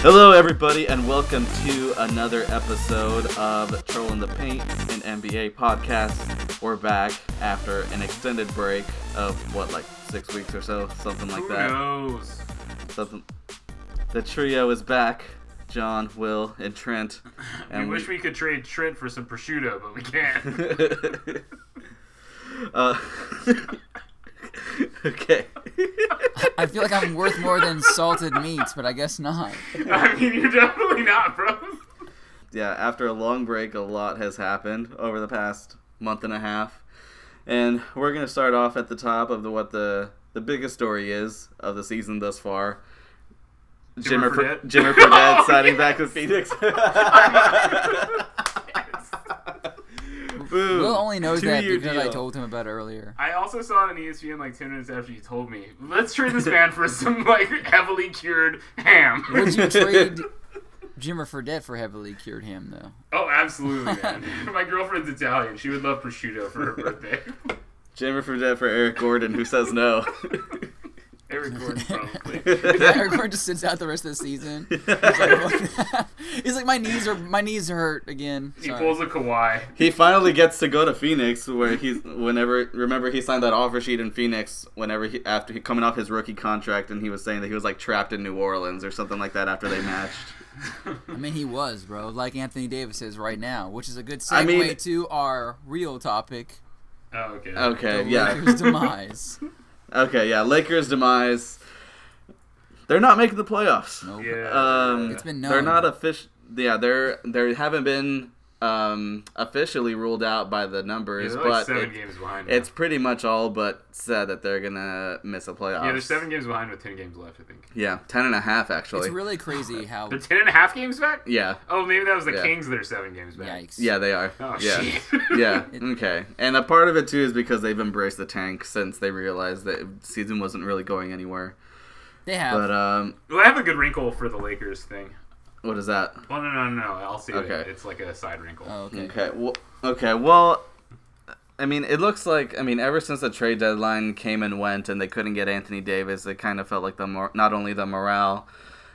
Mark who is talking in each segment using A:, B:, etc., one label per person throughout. A: Hello, everybody, and welcome to another episode of Troll in the Paint, an NBA podcast. We're back after an extended break of what, like six weeks or so, something like
B: Who
A: that.
B: knows?
A: Something. The trio is back: John, Will, and Trent.
B: We wish we could trade Trent for some prosciutto, but we can't.
A: uh, okay.
C: I feel like I'm worth more than salted meats, but I guess not.
B: I mean, you're definitely not, bro.
A: yeah, after a long break, a lot has happened over the past month and a half, and we're gonna start off at the top of the what the the biggest story is of the season thus far.
B: Jimmer
A: Fre-
B: Fredette.
A: Jimmer Fredette
B: Oh,
A: signing
B: yes.
A: back with Phoenix. Boom.
C: Will only knows that
A: Two-year
C: because I
A: deal.
C: told him about it earlier.
B: I also saw it on E ESPN like 10 minutes after you told me. Let's trade this man for some like heavily cured ham.
C: Would you trade Jimmer Fredette for heavily cured ham, though?
B: oh, absolutely, man. My girlfriend's Italian. She would love prosciutto for her birthday.
A: Jimmer Fredette for Eric Gordon, who says no.
B: Eric Gordon, probably.
C: Eric Gordon just sits out the rest of the season. He's like, He's like, my knees are my knees hurt again.
B: He
C: Sorry.
B: pulls a Kawhi.
A: he finally gets to go to Phoenix, where he's whenever. Remember, he signed that offer sheet in Phoenix. Whenever he after he coming off his rookie contract, and he was saying that he was like trapped in New Orleans or something like that after they matched.
C: I mean, he was, bro, like Anthony Davis is right now, which is a good segue
A: I mean-
C: to our real topic,
B: Oh, okay.
C: the
A: Okay, yeah,
C: Lakers' demise.
A: okay, yeah. Lakers demise. They're not making the playoffs.
C: Nope.
B: Yeah.
A: Um,
C: It's been
A: They're
C: known.
A: not official. Yeah, they're they haven't been um, officially ruled out by the numbers,
B: Yeah, they're
A: but
B: like seven
A: it-
B: games behind. now.
A: it's pretty much all but said that they're gonna miss a playoffs.
B: yeah, they're seven games behind with 10 games left, I think.
A: Yeah, ten and a half actually.
C: It's really crazy how.
B: They're 10 and a half games back?
A: yeah,
B: Oh, maybe that was the
A: Oh. Yeah.
B: Kings that are seven games back.
C: Yikes.
A: yeah, they are.
B: Oh,
A: yeah.
B: shit.
A: yeah. Okay. And a part of it too is because they've embraced the tank since they realized that season wasn't really going anywhere.
C: They have.
A: But um,
B: well, I have a good wrinkle for the Lakers thing.
A: what is that?
B: Well, no, no, no, no. I'll see it.
A: Okay.
B: It's like a side wrinkle.
C: oh, okay.
A: Okay. Well, okay. Well, I mean, it looks like I mean, ever since the trade deadline came and went, and they couldn't get Anthony Davis, it kind of felt like the mor- not only the morale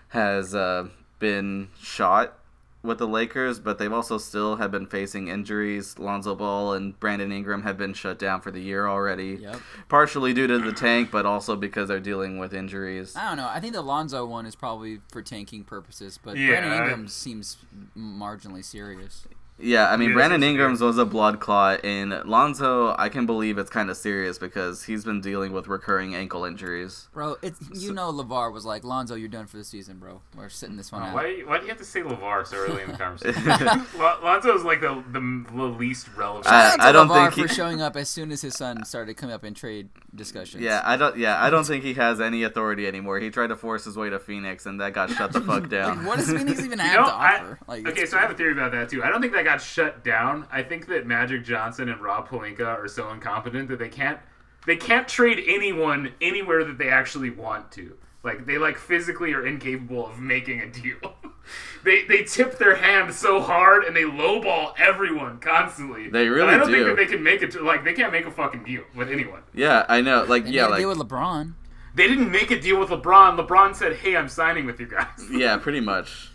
A: has uh, been shot with the Lakers, but they've also still have been facing injuries. Lonzo Ball and Brandon Ingram have been shut down for the year already,
C: Yep.
A: partially due to the tank, but also because they're dealing with injuries.
C: I don't know. I think the Lonzo one is probably for tanking purposes, but
B: Yeah,
C: Brandon
B: I-
C: Ingram seems marginally serious.
A: Yeah, I mean,
B: Yeah,
A: Brandon
B: that's
A: Ingram's was a blood clot, and Lonzo, I can believe it's kind of serious because he's been dealing with recurring ankle injuries.
C: Bro, it's you know Lavar was like, Lonzo, you're done for the season, bro. We're sitting this one out.
B: Why, why do you have to say LeVar so early in the conversation? Lon- Lonzo's like the, the, the least
A: Uh,
B: relevant.
A: I-
C: Shout out to
A: I don't
C: LeVar
A: think he-
C: for showing up as soon as his son started coming up in trade discussions.
A: Yeah, I don't. Yeah, I don't think he has any authority anymore. He tried to force his way to Phoenix, and that got shut the fuck down.
C: Like, what does Phoenix even
B: You
C: have
B: know,
C: to
B: I-
C: offer? like,
B: okay,
C: it's-
B: so I have a theory about that too. I don't think that got shut down. I think that Magic Johnson and Rob Palinka are so incompetent that they can't they can't trade anyone anywhere that they actually want to. Like they like physically are incapable of making a deal. they they tip their hand so hard and they lowball everyone constantly.
A: They
B: And
A: really
B: I don't
A: do.
B: think that they can make it. Like they can't make a fucking deal with anyone.
A: Yeah, I know. Like,
C: they
A: yeah,
C: made a
A: like,
C: deal with LeBron.
B: They didn't make a deal with LeBron. LeBron said, "Hey, I'm signing with you guys."
A: yeah, pretty much.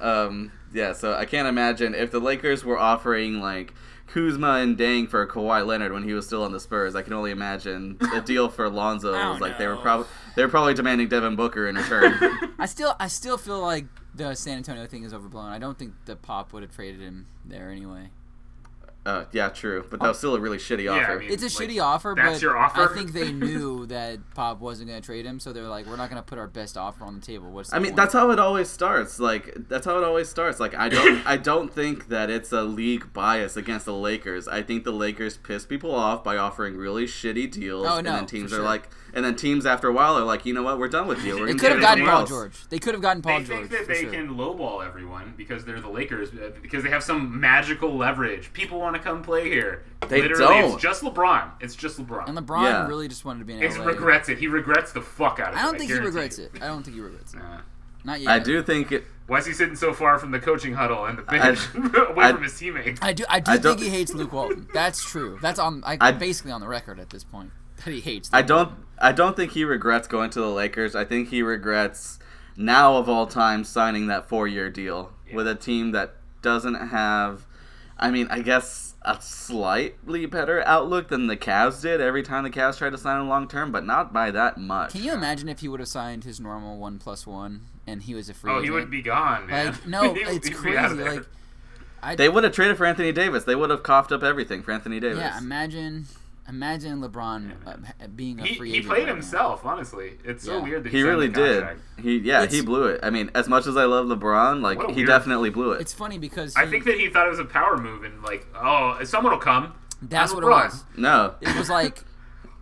A: Um, yeah, so I can't imagine if the Lakers were offering like Kuzma and Dang for Kawhi Leonard when he was still on the Spurs. I can only imagine the deal for Lonzo
C: I
A: was
C: don't
A: like they were
C: know.
A: probably they were probably demanding Devin Booker in return.
C: I still I still feel like the San Antonio thing is overblown. I don't think the Pop would have traded him there anyway.
A: Uh, yeah, true. But that was still a really shitty
B: I
A: offer.
B: mean-
C: It's a
B: Like,
C: shitty offer,
B: that's
C: but
B: your offer?
C: I think they knew that Pop wasn't going to trade him, so they were like, "We're not going to put our best offer on the table." What's the
A: I mean,
C: point?
A: that's how it always starts. Like that's how it always starts. Like I don't, I don't think that it's a league bias against the Lakers. I think the Lakers piss people off by offering really shitty deals,
C: Oh,
A: and
C: no,
A: then teams
C: for
A: are
C: sure.
A: like, and then teams after a while are like, you know what, we're done with you. We're
C: they
A: gonna
C: could
A: do
C: have
B: it
C: gotten
A: anything
C: Paul
A: else."
C: George. They could have gotten Paul
B: they
C: George.
B: think that
C: for
B: they
C: sure.
B: can lowball everyone because they're the Lakers uh, because they have some magical leverage. People want to come play here.
A: They
B: Literally,
A: don't.
B: It's just LeBron. It's just LeBron.
C: And LeBron
A: Yeah.
C: really just wanted to be an
B: he
C: LA.
B: regrets it. He regrets the fuck out of it.
C: I don't think he
B: guarantee
C: regrets
B: you.
C: it. I don't think he regrets it.
B: Nah.
C: Not yet.
A: I do think it.
B: Why is he sitting so far from the coaching huddle and the bench, away
A: I-
B: from his teammates?
C: I do. I do
A: I don't-
C: think he hates Luke Walton. That's true. That's on. I,
A: I-
C: basically on the record at this point that he hates.
A: I
C: Luke
A: don't. I don't think he regrets going to the Lakers. I think he regrets now of all time signing that four year deal with a team that doesn't have, I mean, I guess a slightly better outlook than the Cavs did every time the Cavs tried to sign him long term, but not by that much.
C: Can you imagine if he would have signed his normal one plus one and he was a free
B: Oh,
C: agent?
B: he would be gone, man.
C: like no,
B: He would
C: it's
B: be
C: crazy.
B: out of there.
C: Like I
A: They would have traded for Anthony Davis. They would have coughed up everything for Anthony Davis.
C: yeah, imagine imagine LeBron uh, ha- being a
B: he,
C: free
B: he
C: agent.
B: played
C: right now.
B: himself. Honestly, it's
C: Yeah.
B: so weird that
A: he really
B: signed the
A: did.
B: contract.
A: He yeah, he
C: It's-
A: blew it. I mean, as much as I love LeBron, like
B: What a
A: he
B: weird-
A: definitely blew it.
C: It's funny because
B: I
C: he-
B: think that he thought it was a power move and like, oh, someone will come.
C: that's
B: I'm
C: what it
B: LeBron.
C: was.
A: no.
C: It was like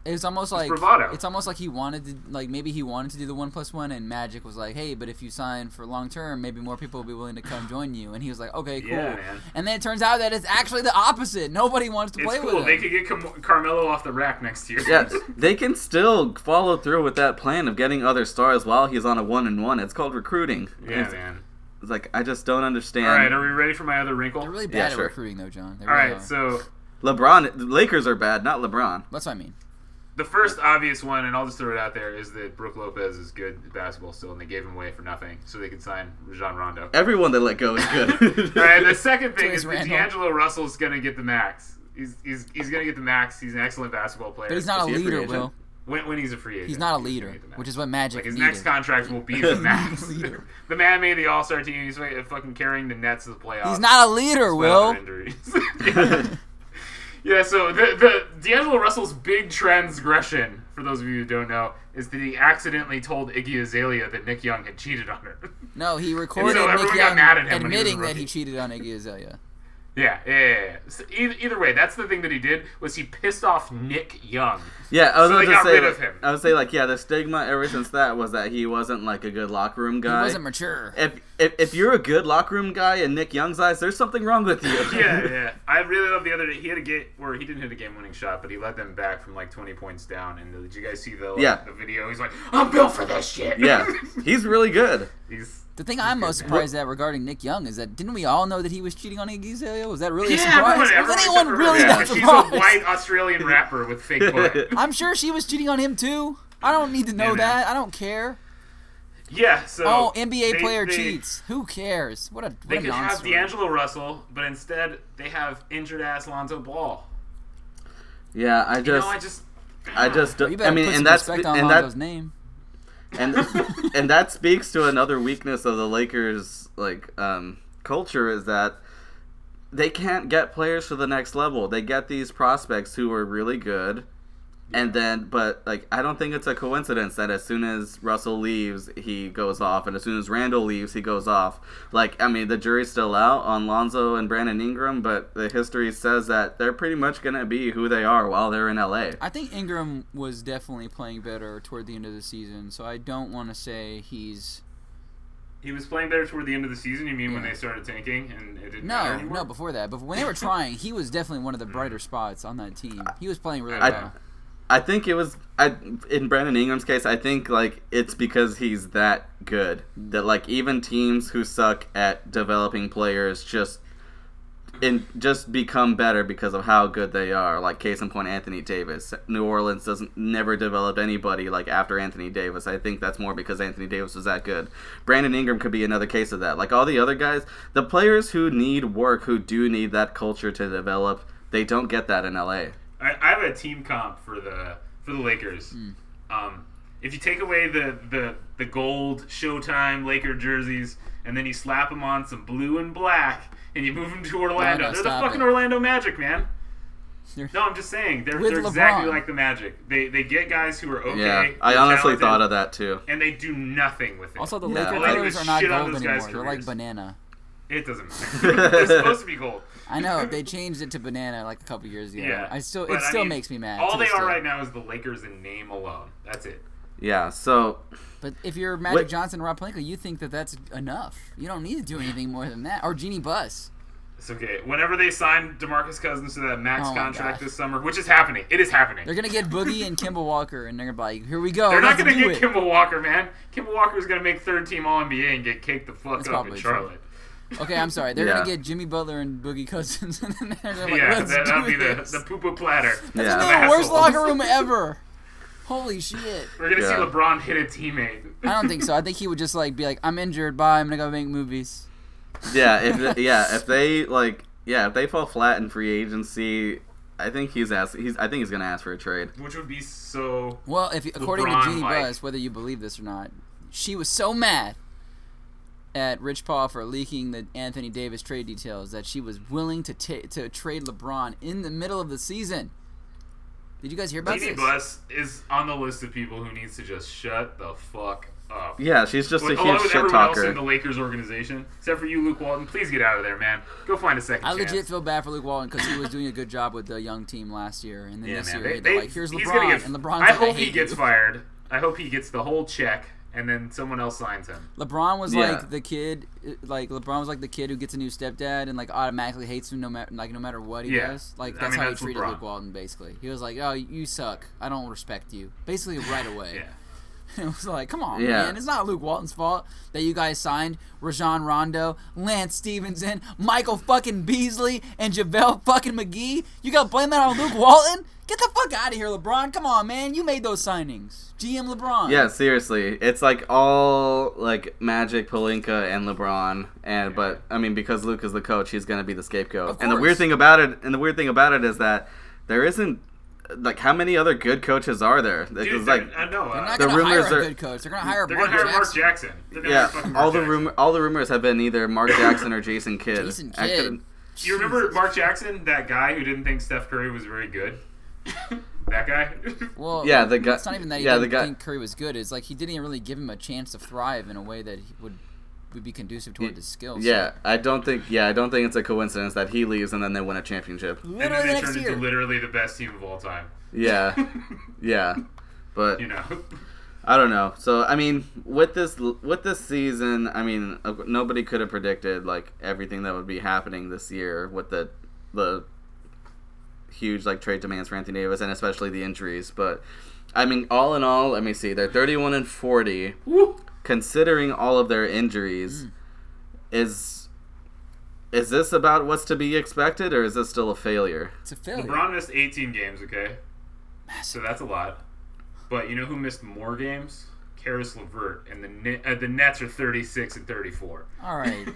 C: it was almost like
B: bravado.
C: it's almost like he wanted to like maybe he wanted to do the one plus one and Magic was like, hey, but if you sign for long term, maybe more people will be willing to come join you. And he was like, okay, cool.
B: Yeah, man.
C: And then it turns out that it's actually the opposite. Nobody wants to
B: It's
C: play
B: cool.
C: with
B: They
C: him.
B: could get Cam- Carmelo off the rack next year.
A: Yeah, they can still follow through with that plan of getting other stars while he's on a one and one. It's called recruiting.
B: yeah,
A: it's,
B: man.
A: it's like I just don't understand.
B: All right, are we ready for my other wrinkle?
C: They're really bad
A: Yeah,
C: at
A: sure.
C: recruiting though, John. They
B: All
C: really
B: right,
C: are.
B: so
A: LeBron, the Lakers are bad, not LeBron.
C: that's what I mean.
B: the first obvious one, and I'll just throw it out there, is that Brooke Lopez is good at basketball still, and they gave him away for nothing so they could sign Rajon Rondo.
A: Everyone they let go is good.
B: All right, the second thing
C: Where's
B: is that
C: Randall?
B: D'Angelo Russell's going to get the max. He's, he's, he's going to get the max. He's an excellent basketball player.
C: But he's not
A: Is
C: a
A: he a free
C: leader,
A: agent?
C: Will.
B: when, when he's a free agent.
C: He's not a
B: gonna
C: leader,
B: get the max.
C: which is what Magic
B: Like his
C: needed.
B: next contract will be the max.
C: Leader.
B: the man made the All Star team. He's fu- fucking carrying the Nets to the playoffs.
C: He's not a leader,
B: despite all
C: Will.
B: their injuries. yeah. So the the D'Angelo Russell's big transgression, for those of you who don't know, is that he accidentally told Iggy Azalea that Nick Young had cheated on her.
C: No, he recorded
B: everyone
C: Nick
B: got
C: Young
B: mad at him when he was
C: admitting
B: a
C: that
B: rookie.
C: he cheated on Iggy Azalea.
B: yeah. Yeah. yeah, yeah. So either, either way, that's the thing that he did was he pissed off Nick Young.
A: yeah, I was
B: So
A: going
B: they
A: to
B: got
A: say.
B: rid of him.
A: Like, I would say like yeah, the stigma ever since that was that he wasn't like a good locker room
C: He
A: guy.
C: wasn't mature.
A: if, if if you're a good locker room guy in Nick Young's eyes, there's something wrong with you.
B: yeah, yeah. I really love the other day. He had a game where he didn't hit a game-winning shot, but he led them back from like 20 points down. And did you guys see the like,
A: Yeah.
B: the video? He's like, "I'm built for this shit."
A: yeah, he's really good.
B: He's
C: The thing I'm most surprised at regarding Nick Young is that didn't we all know that he was cheating on Iggy Azalea? Was that really a
B: yeah,
C: surprise?
B: everyone, everyone except
C: was anyone
B: for
C: really
B: her.
C: that
B: She's
C: surprised?
B: a white Australian rapper with fake butt.
C: I'm sure she was cheating on him too. I don't need to know
B: man.
C: that. I don't care.
B: Yeah. So
C: Oh, NBA
B: they-
C: player
B: they-
C: cheats. Who cares? What a what
B: They
C: a
B: could have
C: nonsense.
B: D'Angelo Russell, but instead they have injured ass Lonzo Ball.
A: Yeah, I just
B: You know, I just
A: I just
C: You
A: don't-
C: better
A: I mean
C: put
A: and
C: some
A: that's
C: respect on
A: and
C: Lonzo's
A: that
C: name.
A: and and that speaks to another weakness of the Lakers like um, culture is that they can't get players to the next level. They get these prospects who are really good, and then but like I don't think it's a coincidence that as soon as Russell leaves, he goes off, and as soon as Randall leaves, he goes off. Like I mean, the jury's still out on Lonzo and Brandon Ingram, but the history says that they're pretty much gonna be who they are while they're in LA.
C: I think Ingram was definitely playing better toward the end of the season, so I don't want to say he's
B: he was playing better toward the end of the season. You mean when
C: Yeah.
B: they started tanking and it didn't matter
C: no,
B: anymore?
C: no. Before that, but when they were trying, he was definitely one of the brighter spots on that team. He was playing really
A: I-
C: well.
A: I think it was I in Brandon Ingram's case. I think like it's because he's that good that like even teams who suck at developing players just and just become better because of how good they are. Like case in point, Anthony Davis. New Orleans doesn't never developed anybody like after Anthony Davis. I think that's more because Anthony Davis was that good. Brandon Ingram could be another case of that. Like all the other guys, the players who need work, who do need that culture to develop, they don't get that in LA.
B: I, I have a team comp for the for the Lakers.
C: Hmm.
B: Um, if you take away the, the the gold Showtime Laker jerseys and then you slap them on some blue and black and you move them to Orlando,
C: No, no,
B: they're the
C: stop
B: fucking
C: it.
B: Orlando Magic, man.
C: They're-
B: No, I'm just saying they're,
C: With
B: they're exactly
C: LeBron.
B: like the Magic. They they get guys who are okay.
A: Yeah, I honestly thought of that too.
B: and they do nothing with it.
C: Also, the
A: Yeah.
C: Laker
A: Well, they
C: colors
B: was
C: are not
B: shit on
C: gold
B: those
C: anymore.
B: guys'
C: They're
B: careers.
C: like banana.
B: it doesn't matter. they're supposed to be gold.
C: I know they changed it to banana like a couple years ago.
B: Yeah,
C: I still
B: But,
C: it
B: I
C: still
B: mean,
C: makes me mad.
B: All
C: to
B: they
C: this
B: are
C: day.
B: right now is the Lakers in name alone. That's it.
A: Yeah, so
C: But if you're Magic
A: Wait.
C: Johnson or Rob Palenka, you think that that's enough. You don't need to do anything more than that. Or Genie Bus.
B: It's okay. Whenever they sign Demarcus Cousins to that max
C: Oh my
B: contract
C: gosh.
B: this summer, which is happening, it is happening.
C: They're gonna get Boogie and Kimball Walker, and they're gonna be like, "Here we go."
B: They're not
C: let's
B: going to
C: do
B: get
C: it.
B: Kimball Walker, man. Kimball Walker is going to make third team All NBA and get kicked the fuck
C: That's
B: up in
C: probably
B: Charlotte.
C: Okay, I'm sorry. They're gonna
A: Yeah.
C: get Jimmy Butler and Boogie Cousins, and then they're like,
B: yeah,
C: "Let's
B: that,
C: do
B: that'll be the,
C: this."
B: the poo poo platter.
A: Yeah.
C: Isn't that the worst
B: Assholes.
C: locker room ever. Holy shit!
B: We're gonna see
A: Yeah.
B: LeBron hit a teammate.
C: I don't think so. I think he would just like be like, I'm injured. Bye. I'm gonna go make movies.
A: Yeah, if yeah, if they like yeah, if they fall flat in free agency, I think he's ask he's I think he's gonna ask for a trade.
B: Which would be so.
C: Well, if according to
B: LeBron,
C: Jeannie
B: like-
C: Buss, whether you believe this or not, she was so mad at Rich Paul for leaking the Anthony Davis trade details that she was willing to ta to trade LeBron in the middle of the season. Did you guys hear about
B: Jeannie
C: this?
B: Buss is on the list of people who needs to just shut the fuck up.
A: Yeah, she's just
B: With-
A: a
B: along
A: huge
B: with
A: shit
B: everyone else in
A: talker.
B: the Lakers organization, except for you, Luke Walton. Please get out of there, man. Go find a second
C: I
B: chance.
C: legit feel bad for Luke Walton because he was doing a good job with the young team last year, and then
B: yeah,
C: this
B: man.
C: year
B: They,
C: they, are
B: they,
C: like, "Here's
B: he's gonna
C: LeBron,"
B: get,
C: and LeBron's
B: I
C: like,
B: hope he
C: hate
B: gets
C: you."
B: fired. I hope he gets the whole check, and then someone else signs him.
C: LeBron was
A: Yeah.
C: like the kid, uh, like LeBron was like the kid who gets a new stepdad and like automatically hates him no matter like no matter what he
B: Yeah.
C: does. Like
B: I
C: that's
B: mean,
C: how
B: that's
C: he treated
B: LeBron.
C: Luke Walton. Basically, he was like, "Oh, you suck. I don't respect you." Basically, right away.
B: Yeah.
C: it was like, "Come on,
A: Yeah.
C: man. It's not Luke Walton's fault that you guys signed Rajon Rondo, Lance Stevenson, Michael fucking Beasley, and JaVale fucking McGee. You got to blame that on Luke Walton? Get the fuck out of here, LeBron. Come on, man. You made those signings, GM LeBron.
A: Yeah, seriously, it's like all like Magic, Polinka, and LeBron, and but I mean because Luke is the coach, he's gonna be the scapegoat.
C: Of
A: And the
C: course.
A: weird thing about it, and the weird thing about it is that there isn't like how many other good coaches are there?
B: Dude,
A: It's like
B: I know.
C: They're
B: Uh,
C: not
A: The
C: gonna hire
A: rumors
C: a
A: are-
C: good coach. They're gonna hire
B: they're
C: Mark
B: gonna hire
C: Jackson.
B: Mark Jackson. They're gonna hire
A: yeah,
B: fucking Mark
A: all the
B: Jackson.
A: rumor all the rumors have been either Mark Jackson or Jason Kidd.
C: Jason
A: I
C: Kidd.
A: couldn't-
B: You remember
C: Jesus.
B: Mark Jackson, that guy who didn't think Steph Curry was very good? that guy?
C: Well,
A: Yeah, the guy-
C: It's not even that he
A: yeah, the
C: didn't
A: guy-
C: think Curry was good. It's like he didn't even really give him a chance to thrive in a way that he would would be conducive toward his skills.
A: Yeah, I don't think. Yeah, I don't think it's a coincidence that he leaves and then they win a championship.
B: and
C: literally
B: then
C: the
B: they
C: next
B: turned
C: year.
B: into literally the best team of all time.
A: Yeah, yeah, but
B: You know?
A: I don't know. So I mean, with this with this season, I mean, uh, nobody could have predicted like everything that would be happening this year with the the huge like trade demands for Anthony Davis and especially the injuries. But I mean, all in all, let me see. They're thirty-one and forty,
B: Woo!
A: considering all of their injuries.
C: Mm.
A: Is is this about what's to be expected, or is this still a failure?
C: it's a failure.
B: LeBron missed 18 games, okay? So
C: Massive.
B: that's a lot. But you know who missed more games? Karis Levert. And the, Net, uh, the Nets are 36 and 34.
C: All right.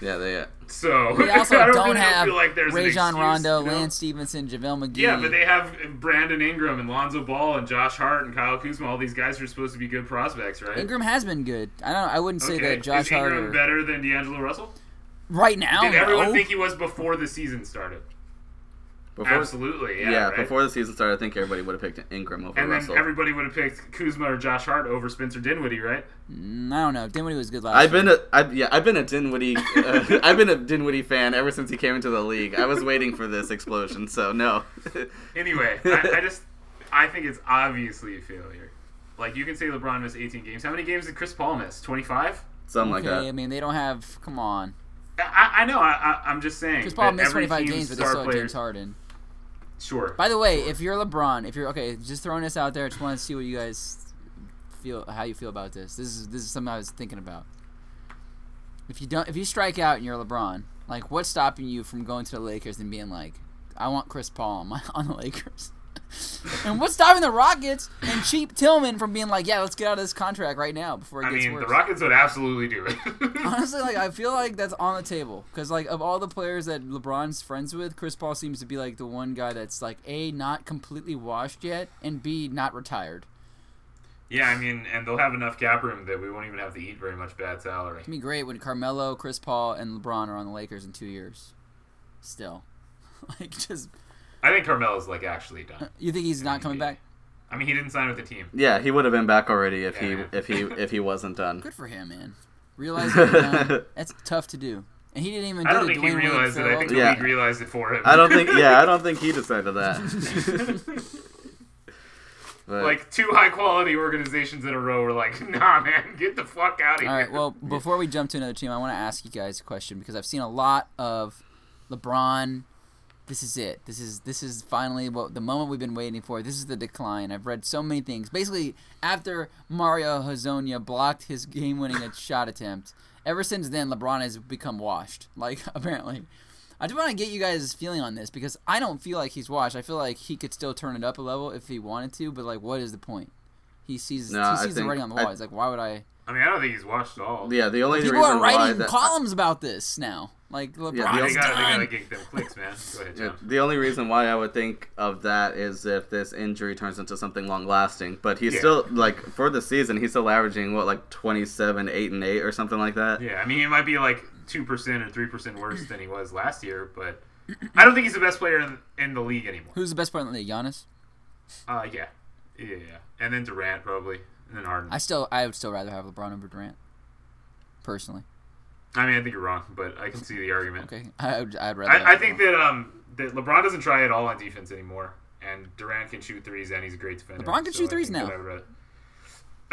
A: Yeah, they. uh,
B: So
C: They also
B: I
C: don't,
B: don't, really
C: have
B: feel like there's an
C: Rajon
B: excuse,
C: Rondo,
B: you know?
C: Lance Stevenson, JaVale McGee.
B: Yeah, but they have Brandon Ingram and Lonzo Ball and Josh Hart and Kyle Kuzma. All these guys are supposed to be good prospects, right?
C: Ingram has been good. I don't. I wouldn't say
B: Okay,
C: that Josh
B: is Ingram
C: Hart or,
B: better than D'Angelo Russell?
C: right now.
B: Did everyone
C: no.
B: think he was before the season started?
A: Before,
B: Absolutely, yeah.
A: Yeah,
B: right?
A: before the season started, I think everybody would have picked Ingram over
B: And then
A: Russell.
B: everybody would have picked Kuzma or Josh Hart over Spencer Dinwiddie, right?
C: Mm, I don't know. Dinwiddie was good last.
A: I've
C: year.
A: been a I, yeah I've been a Dinwiddie uh, I've been a Dinwiddie fan ever since he came into the league. I was waiting for this explosion, so no.
B: Anyway, I, I just I think it's obviously a failure. Like you can say LeBron missed 18 games. How many games did Chris Paul miss? 25.
A: Something like
C: okay, I
A: that.
C: mean, they don't have. Come on.
B: I- I, I know. I, I, I'm just saying.
C: Chris Paul
B: that
C: missed
B: every
C: 25
B: team's
C: games, but they
B: star
C: still had
B: players-
C: James Harden.
B: Sure.
C: By the way, if you're LeBron, if you're okay, just throwing this out there, I just want to see what you guys feel, how you feel about this. This is this is something I was thinking about. If you don't, if you strike out and you're LeBron, like what's stopping you from going to the Lakers and being like, I want Chris Paul on, my, on the Lakers, and what's stopping the Rockets and cheap Tillman from being like, yeah, let's get out of this contract right now before it
B: I
C: gets
B: mean,
C: worse.
B: the Rockets would absolutely do it.
C: Honestly, like I feel like that's on the table because like of all the players that LeBron's friends with, Chris Paul seems to be like the one guy that's like a not completely washed yet and b not retired.
B: yeah, I mean, and they'll have enough cap room that we won't even have to eat very much bad salary.
C: It'd be great when Carmelo, Chris Paul, and LeBron are on the Lakers in two years. Still, like just
B: I think Carmelo's like actually done.
C: you think he's not coming back?
B: I mean, he didn't sign with the team.
A: Yeah, he would have been back already if
B: Yeah.
A: he if he if he wasn't done.
C: Good for him, man. Realize that, man, that's tough to do, and he didn't even.
B: I
C: do
B: don't
C: the
B: think he
C: Dwayne Wade
B: realized it. I
C: farewell
B: think
C: tour.
B: the
A: Yeah.
B: league realized it for him.
A: I don't think yeah I don't think he decided that. But,
B: like two high quality organizations in a row were like, nah, man, get the fuck out of here.
C: All right. Well, before we jump to another team, I want to ask you guys a question because I've seen a lot of LeBron. This is it. This is this is finally what the moment we've been waiting for. This is the decline. I've read so many things. Basically, after Mario Hazonia blocked his game-winning shot attempt, ever since then LeBron has become washed. Like apparently, I just want to get you guys' feeling on this because I don't feel like he's washed. I feel like he could still turn it up a level if he wanted to, but like, what is the point? He sees
A: No, I
C: he sees the
A: think-
C: writing on the wall.
A: I-
C: He's like, why would I?
B: I mean, I don't think he's washed at all.
A: Yeah, the only
C: People
A: reason
C: are
A: why
C: writing
A: that
C: columns about this now. Like LeBron's
A: Yeah,
B: I
A: the
B: think
A: only-
B: they gotta, they gotta
C: done.
B: get them clicks, man. Go ahead,
A: Yeah,
B: John.
A: the only reason why I would think of that is if this injury turns into something long lasting. But he's
B: Yeah.
A: still like for the season, he's still averaging what like twenty seven, eight and eight or something like that.
B: Yeah, I mean, he might be like two percent or three percent worse than he was last year, but I don't think he's the best player in, in the league anymore.
C: Who's the best player in the league? Giannis.
B: Uh, yeah, yeah, yeah, and then Durant probably, and then Harden.
C: I
B: I,
C: still I would still rather have LeBron over Durant. Personally,
B: mean, I think you're wrong, but I can see the argument.
C: okay, I would I'd rather. have
B: I, I think
C: LeBron.
B: that um that LeBron doesn't try at all on defense anymore, and Durant can shoot threes, and he's a great defender.
C: LeBron can shoot
B: I
C: threes
B: think that
C: now.
B: I'd rather-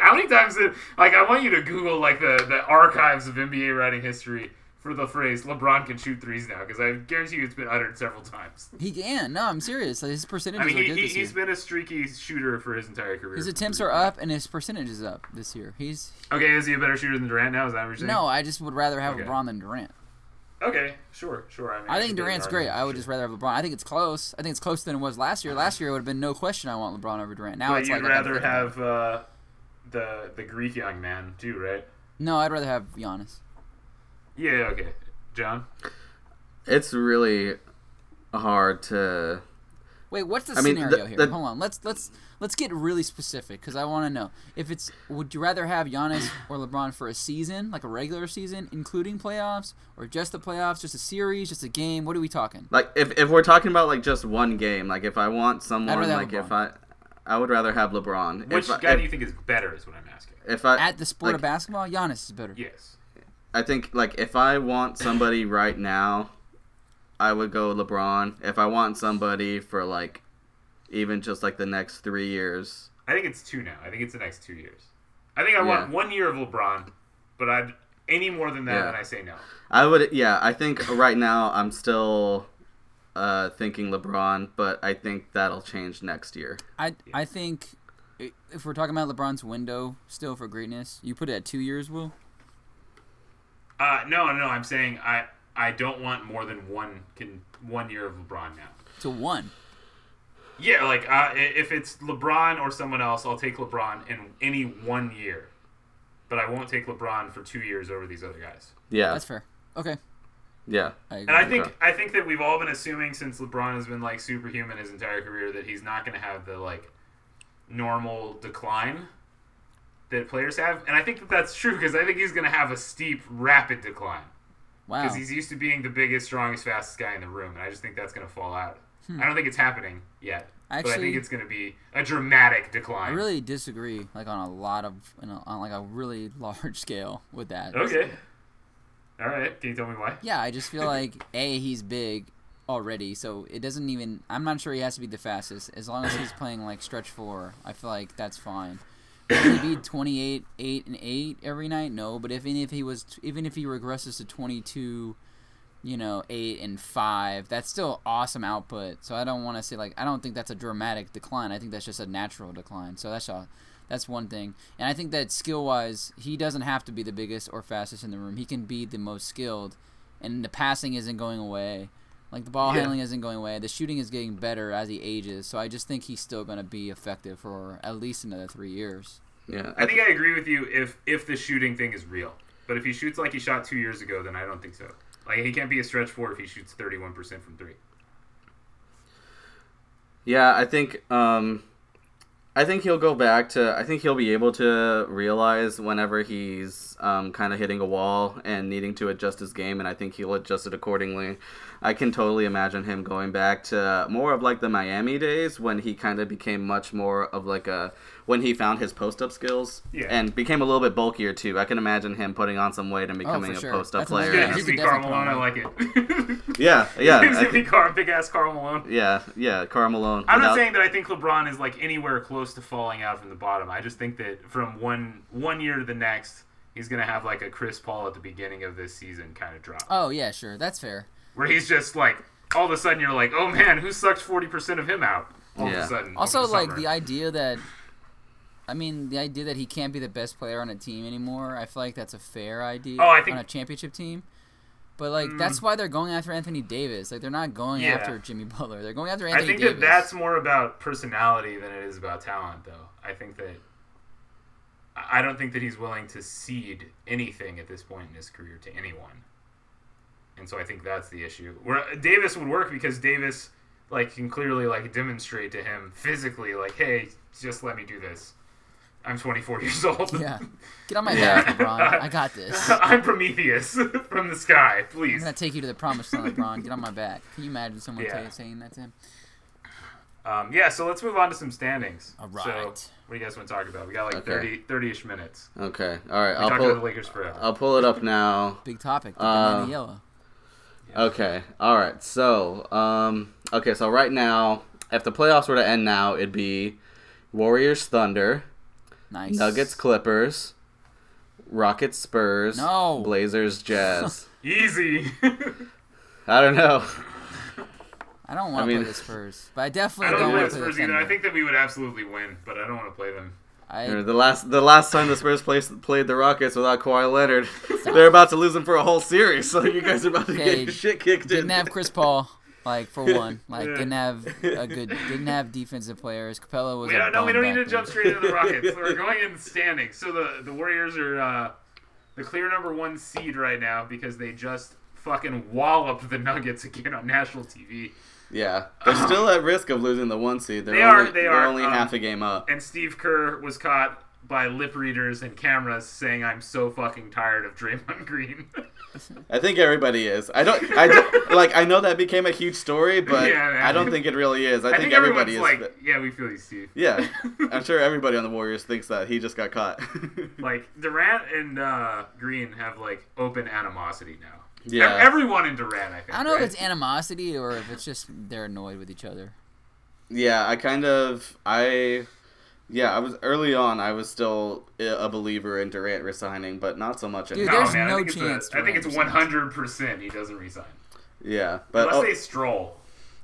B: How many times did like I want you to Google like the the archives of NBA writing history for the phrase LeBron can shoot threes now because I guarantee you it's been uttered several times.
C: he can. No, I'm serious. Like, his percentages
B: I mean,
C: are
B: he,
C: good
B: he,
C: this year.
B: he's been a streaky shooter for his entire career.
C: His attempts are up and his percentage is up this year. He's
B: Okay, is he a better shooter than Durant now? Is that what you're saying?
C: no, I just would rather have
B: Okay.
C: LeBron than Durant.
B: Okay, sure, sure. I, mean,
C: I
B: can
C: think
B: do an
C: Durant's great.
B: argument,
C: I would
B: sure.
C: just rather have LeBron. I think it's close. I think it's closer than it was last year. Last year it would have been no question. I want LeBron over Durant. Now
B: But
C: it's
B: you'd
C: like I gotta
B: rather
C: think about it.
B: have uh, the the Greek young man too, right?
C: No, I'd rather have Giannis.
B: Yeah. Okay, John.
A: It's really hard to
C: Wait, what's the
A: I mean,
C: scenario
A: the-
C: here?
A: the-
C: Hold on. Let's let's let's get really specific because I want to know if it's would you rather have Giannis or LeBron for a season, like a regular season, including playoffs, or just the playoffs, just a series, just a game? What are we talking?
A: like if, if we're talking about like just one game, like if I want someone
C: rather have
A: like if I
C: LeBron.
A: I would rather have LeBron.
B: Which
A: if, I-
B: guy
A: if,
B: do you think is better? Is what I'm asking.
A: if I
C: At the sport of
A: like,
C: basketball, Giannis is better.
B: Yes.
A: I think like if I want somebody right now, I would go LeBron. If I want somebody for like even just like the next three years,
B: I think it's two now. I think it's the next two years. I think I want
A: Yeah.
B: one year of LeBron, but I'd any more than that,
A: Yeah.
B: and I say no.
A: I would. Yeah, I think right now I'm still uh, thinking LeBron, but I think that'll change next year.
C: I I think i- if we're talking about LeBron's window still for greatness, you put it at two years, Will.
B: Uh, no, no, no. I'm saying I I don't want more than one can one year of LeBron now.
C: To one.
B: Yeah, like uh, i- if it's LeBron or someone else, I'll take LeBron in any one year, but I won't take LeBron for two years over these other guys.
A: Yeah,
C: That's fair. Okay.
A: yeah,
C: I agree.
B: And I think
A: Okay.
B: I think that we've all been assuming since LeBron has been like superhuman his entire career that he's not going to have the like normal decline that players have, and I think that that's true because I think he's going to have a steep, rapid decline.
C: wow.
B: because he's used to being the biggest, strongest, fastest guy in the room, and I just think that's going to fall out. I don't think it's happening yet, but I
C: Hmm. Actually-
B: think it's going to be a dramatic
C: I
B: decline.
C: really disagree, like on a lot of, you know, on like a really large scale with that.
B: Okay. All right. Can you tell me why?
C: Yeah, I just feel like a he's big already, so it doesn't even. I'm not sure he has to be the fastest. As long as he's playing like stretch four, I feel like that's fine. Would he be 28, eight and eight every night? No, but if even if he was, even if he regresses to 22, you know, eight and five, that's still awesome output. So I don't want to say like I don't think that's a dramatic decline. I think that's just a natural decline. So that's all. That's one thing. And I think that skill wise, he doesn't have to be the biggest or fastest in the room. He can be the most skilled. And the passing isn't going away. Like the ball
B: Yeah.
C: handling isn't going away. The shooting is getting better as he ages. So I just think he's still going to be effective for at least another three years.
A: yeah.
B: I think I agree with you if if the shooting thing is real, but if he shoots like he shot two years ago, then I don't think so. Like he can't be a stretch four if he shoots thirty-one percent from three.
A: Yeah, I think um I think he'll go back to I think he'll be able to realize whenever he's um kind of hitting a wall and needing to adjust his game and I think he'll adjust it accordingly. I can totally imagine him going back to more of like the Miami days when he kind of became much more of like a when he found his post-up skills
B: Yeah.
A: and became a little bit bulkier too. I can imagine him putting on some weight and becoming
C: Oh, for
A: a
C: sure.
A: post-up
C: That's
A: player.
C: Yeah,
B: Yeah,
C: he
B: he's
C: could
B: gonna be Carl
C: definitely
B: Malone. I like it.
A: Yeah, yeah.
B: he's
A: I
B: gonna be
A: think-
B: Carl, big ass Carl Malone.
A: yeah, yeah, Karl Malone.
B: I'm not
A: without-
B: saying that I think LeBron is like anywhere close to falling out from the bottom. I just think that from one one year to the next, he's gonna have like a Chris Paul at the beginning of this season kind of drop,
C: Oh, yeah, sure. That's fair.
B: where he's just like all of a sudden you're like, oh man, who sucked forty percent of him out? All of
A: Yeah.
B: a sudden.
C: Also,
B: over the
C: like
B: summer.
C: the idea that, I mean, the idea that he can't be the best player on a team anymore. I feel like that's a fair idea
B: Oh, I think- Mm.
C: on a championship team. But like that's why they're going after Anthony Davis. Like they're not going
B: Yeah.
C: after Jimmy Butler. They're going after
B: I
C: Anthony
B: think that
C: Davis.
B: that's more about personality than it is about talent, though. I think that I I don't think that he's willing to cede anything at this point in his career to anyone, and so I think that's the issue. Where uh, Davis would work because Davis like can clearly like demonstrate to him physically, like, hey, just let me do this. I'm 24 years old.
C: yeah. Get on my
A: Yeah.
C: back, LeBron. I got this.
B: I'm Prometheus from the sky,
C: I'm
B: please.
C: gonna take you to the promised land, LeBron. Get on my back. Can you imagine someone
B: Yeah.
C: ta- saying that to him?
B: Um, yeah, so let's move on to some standings.
C: All
B: So,
C: right.
B: what do you guys want to talk about? We got like
A: Okay.
B: thirty, thirty 30 ish minutes.
A: Okay. All right.
B: We
A: I'll
B: talked about the
A: pull.
B: Lakers forever.
A: I'll pull it up now.
C: Big topic. The
A: Uh,
C: banana yellow.
A: Okay. All right. So, um, okay. So right now, if the playoffs were to end now, it'd be Warriors, Thunder,
C: Nice.
A: Nuggets, Clippers, Rockets, Spurs,
C: No.
A: Blazers, Jazz.
B: Easy.
A: I don't know.
C: I don't want
A: I
C: to
A: mean-
C: play the Spurs, but I
B: I
C: definitely
B: don't
C: don't
B: play the
C: want to play the
B: Spurs either. I
C: Thunder.
B: think that we would absolutely win, but I don't want to play them.
C: I,
A: The last the last time the Spurs play, played the Rockets without Kawhi Leonard, they're about to lose them for a whole series. So you guys are about to get
C: Okay,
A: your shit kicked in.
C: didn't have Chris Paul. Like for one, like
B: Yeah.
C: didn't have a good, didn't have defensive players. Capella was.
B: We
C: a
B: don't, no, we
C: bum
B: don't need to
C: back
B: jump
C: there.
B: straight into the Rockets. We're going in standings. So the, the Warriors are uh, the clear number one seed right now because they just fucking walloped the Nuggets again on national TV.
A: Yeah, they're still at risk of losing the one seed. They're
B: They are-
A: only,
B: they
A: are
B: are,
A: only
B: um,
A: half a game up.
B: And Steve Kerr was caught by lip readers and cameras saying, I'm so fucking tired of Draymond Green.
A: I think everybody is. I don't. I don't, like. I know that became a huge story, but
B: Yeah, man.
A: I don't think it really is. I,
B: I
A: think,
B: think
A: everybody
B: everyone's
A: is.
B: like, yeah, we feel you, Steve.
A: yeah, I'm sure everybody on the Warriors thinks that he just got caught.
B: Like Durant and uh, Green have like open animosity now.
A: Yeah.
B: Ev- everyone in Durant, I think.
C: I don't know
B: right?
C: if it's animosity or if it's just they're annoyed with each other.
A: yeah, I kind of. I. Yeah, I was early on. I was still a believer in Durant resigning, but not so much
C: Dude,
A: anymore.
B: No,
C: there's
B: man,
C: no
B: I think
C: chance
B: It's a, I think
C: Durant
B: it's one
C: resigns.
B: hundred percent. He doesn't resign
A: Yeah, but
B: unless
A: oh,
B: they stroll.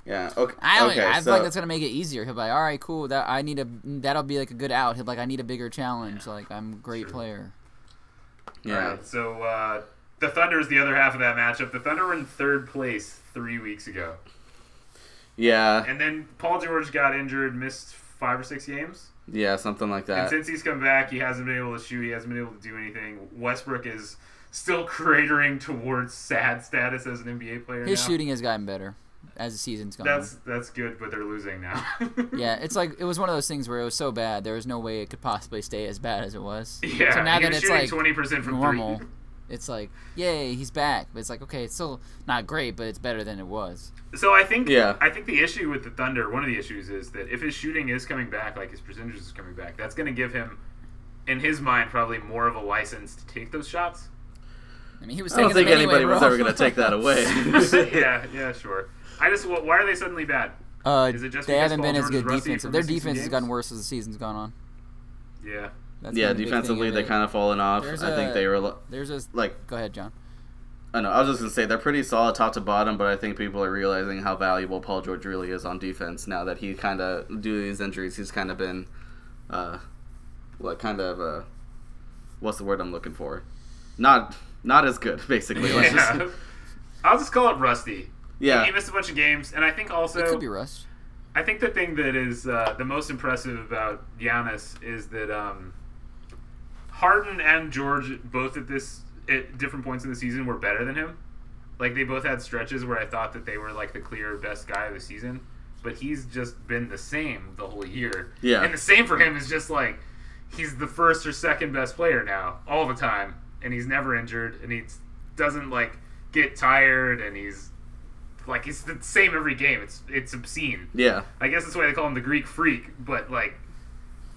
A: yeah. Okay.
C: I don't.
A: okay,
C: I feel
A: so,
C: like that's gonna make it easier. He'll be like, all right, cool. That I need a. That'll be like a good out. He'll be like, I need a bigger challenge. Like I'm a great
B: Sure.
C: player.
A: yeah.
B: Alright, so uh, the Thunder is the other half of that matchup. The Thunder were in third place three weeks ago,
A: Yeah.
B: and then Paul George got injured, missed five or six games.
A: Yeah. Something like
B: And
A: that.
B: since he's come back, he hasn't been able to shoot. He hasn't been able to do anything. Westbrook is still cratering towards sad status as an NBA player.
C: His
B: now.
C: shooting has gotten better as the season's gone. on.
B: That's that's good, but they're losing now.
C: Um, Yeah, it's like it was one of those things where it was so bad there was no way it could possibly stay as bad as it was.
B: yeah.
C: So now
B: he
C: that
B: was
C: it's
B: shooting
C: like
B: twenty percent from
C: normal,
B: three.
C: it's like yay, he's back. But it's like okay, it's still not great, but it's better than it was.
B: So I think
A: Yeah.
B: I think the issue with the Thunder, one of the issues is that if his shooting is coming back, like his percentages is coming back, that's going to give him, in his mind, probably more of a license to take those shots.
C: I mean, he was.
A: I don't
C: taking
A: think
C: them anyway,
A: anybody was
C: bro.
A: ever going to take that away.
B: yeah, yeah, sure. I just wh- why are they suddenly bad?
C: Uh,
B: Is it just
C: they
B: because
C: haven't
B: Paul
C: been as
B: George
C: good
B: is rusty
C: defensive.
B: from
C: Their
B: missing some
C: defense has
B: games?
C: gotten worse as the season's gone on.
B: Yeah.
C: That's
A: yeah,
C: been the big thing
A: defensively
C: of
A: they
C: it.
A: kind of fallen off.
C: There's
A: I think
C: a-
A: they were lo-
C: There's a.
A: like
C: Go ahead, John.
A: I know I was just gonna say they're pretty solid top to bottom, but I think people are realizing how valuable Paul George really is on defense now that he kind of due to these injuries he's kind of been, uh, what kind of uh, what's the word I'm looking for? Not not as good basically. Let's just-
B: yeah. I'll just call it rusty. He
A: yeah,
B: missed a bunch of games, and I think also
C: It could be rust.
B: I think the thing that is uh, the most impressive about Giannis is that um, Harden and George both at this at different points in the season were better than him. Like they both had stretches where I thought that they were like the clear best guy of the season, but he's just been the same the whole year.
A: Yeah.
B: and the same for him is just like he's the first or second best player now all the time, and he's never injured, and he doesn't like get tired, and he's like it's the same every game. It's it's obscene.
A: yeah,
B: I guess that's why they call him the Greek Freak. But like,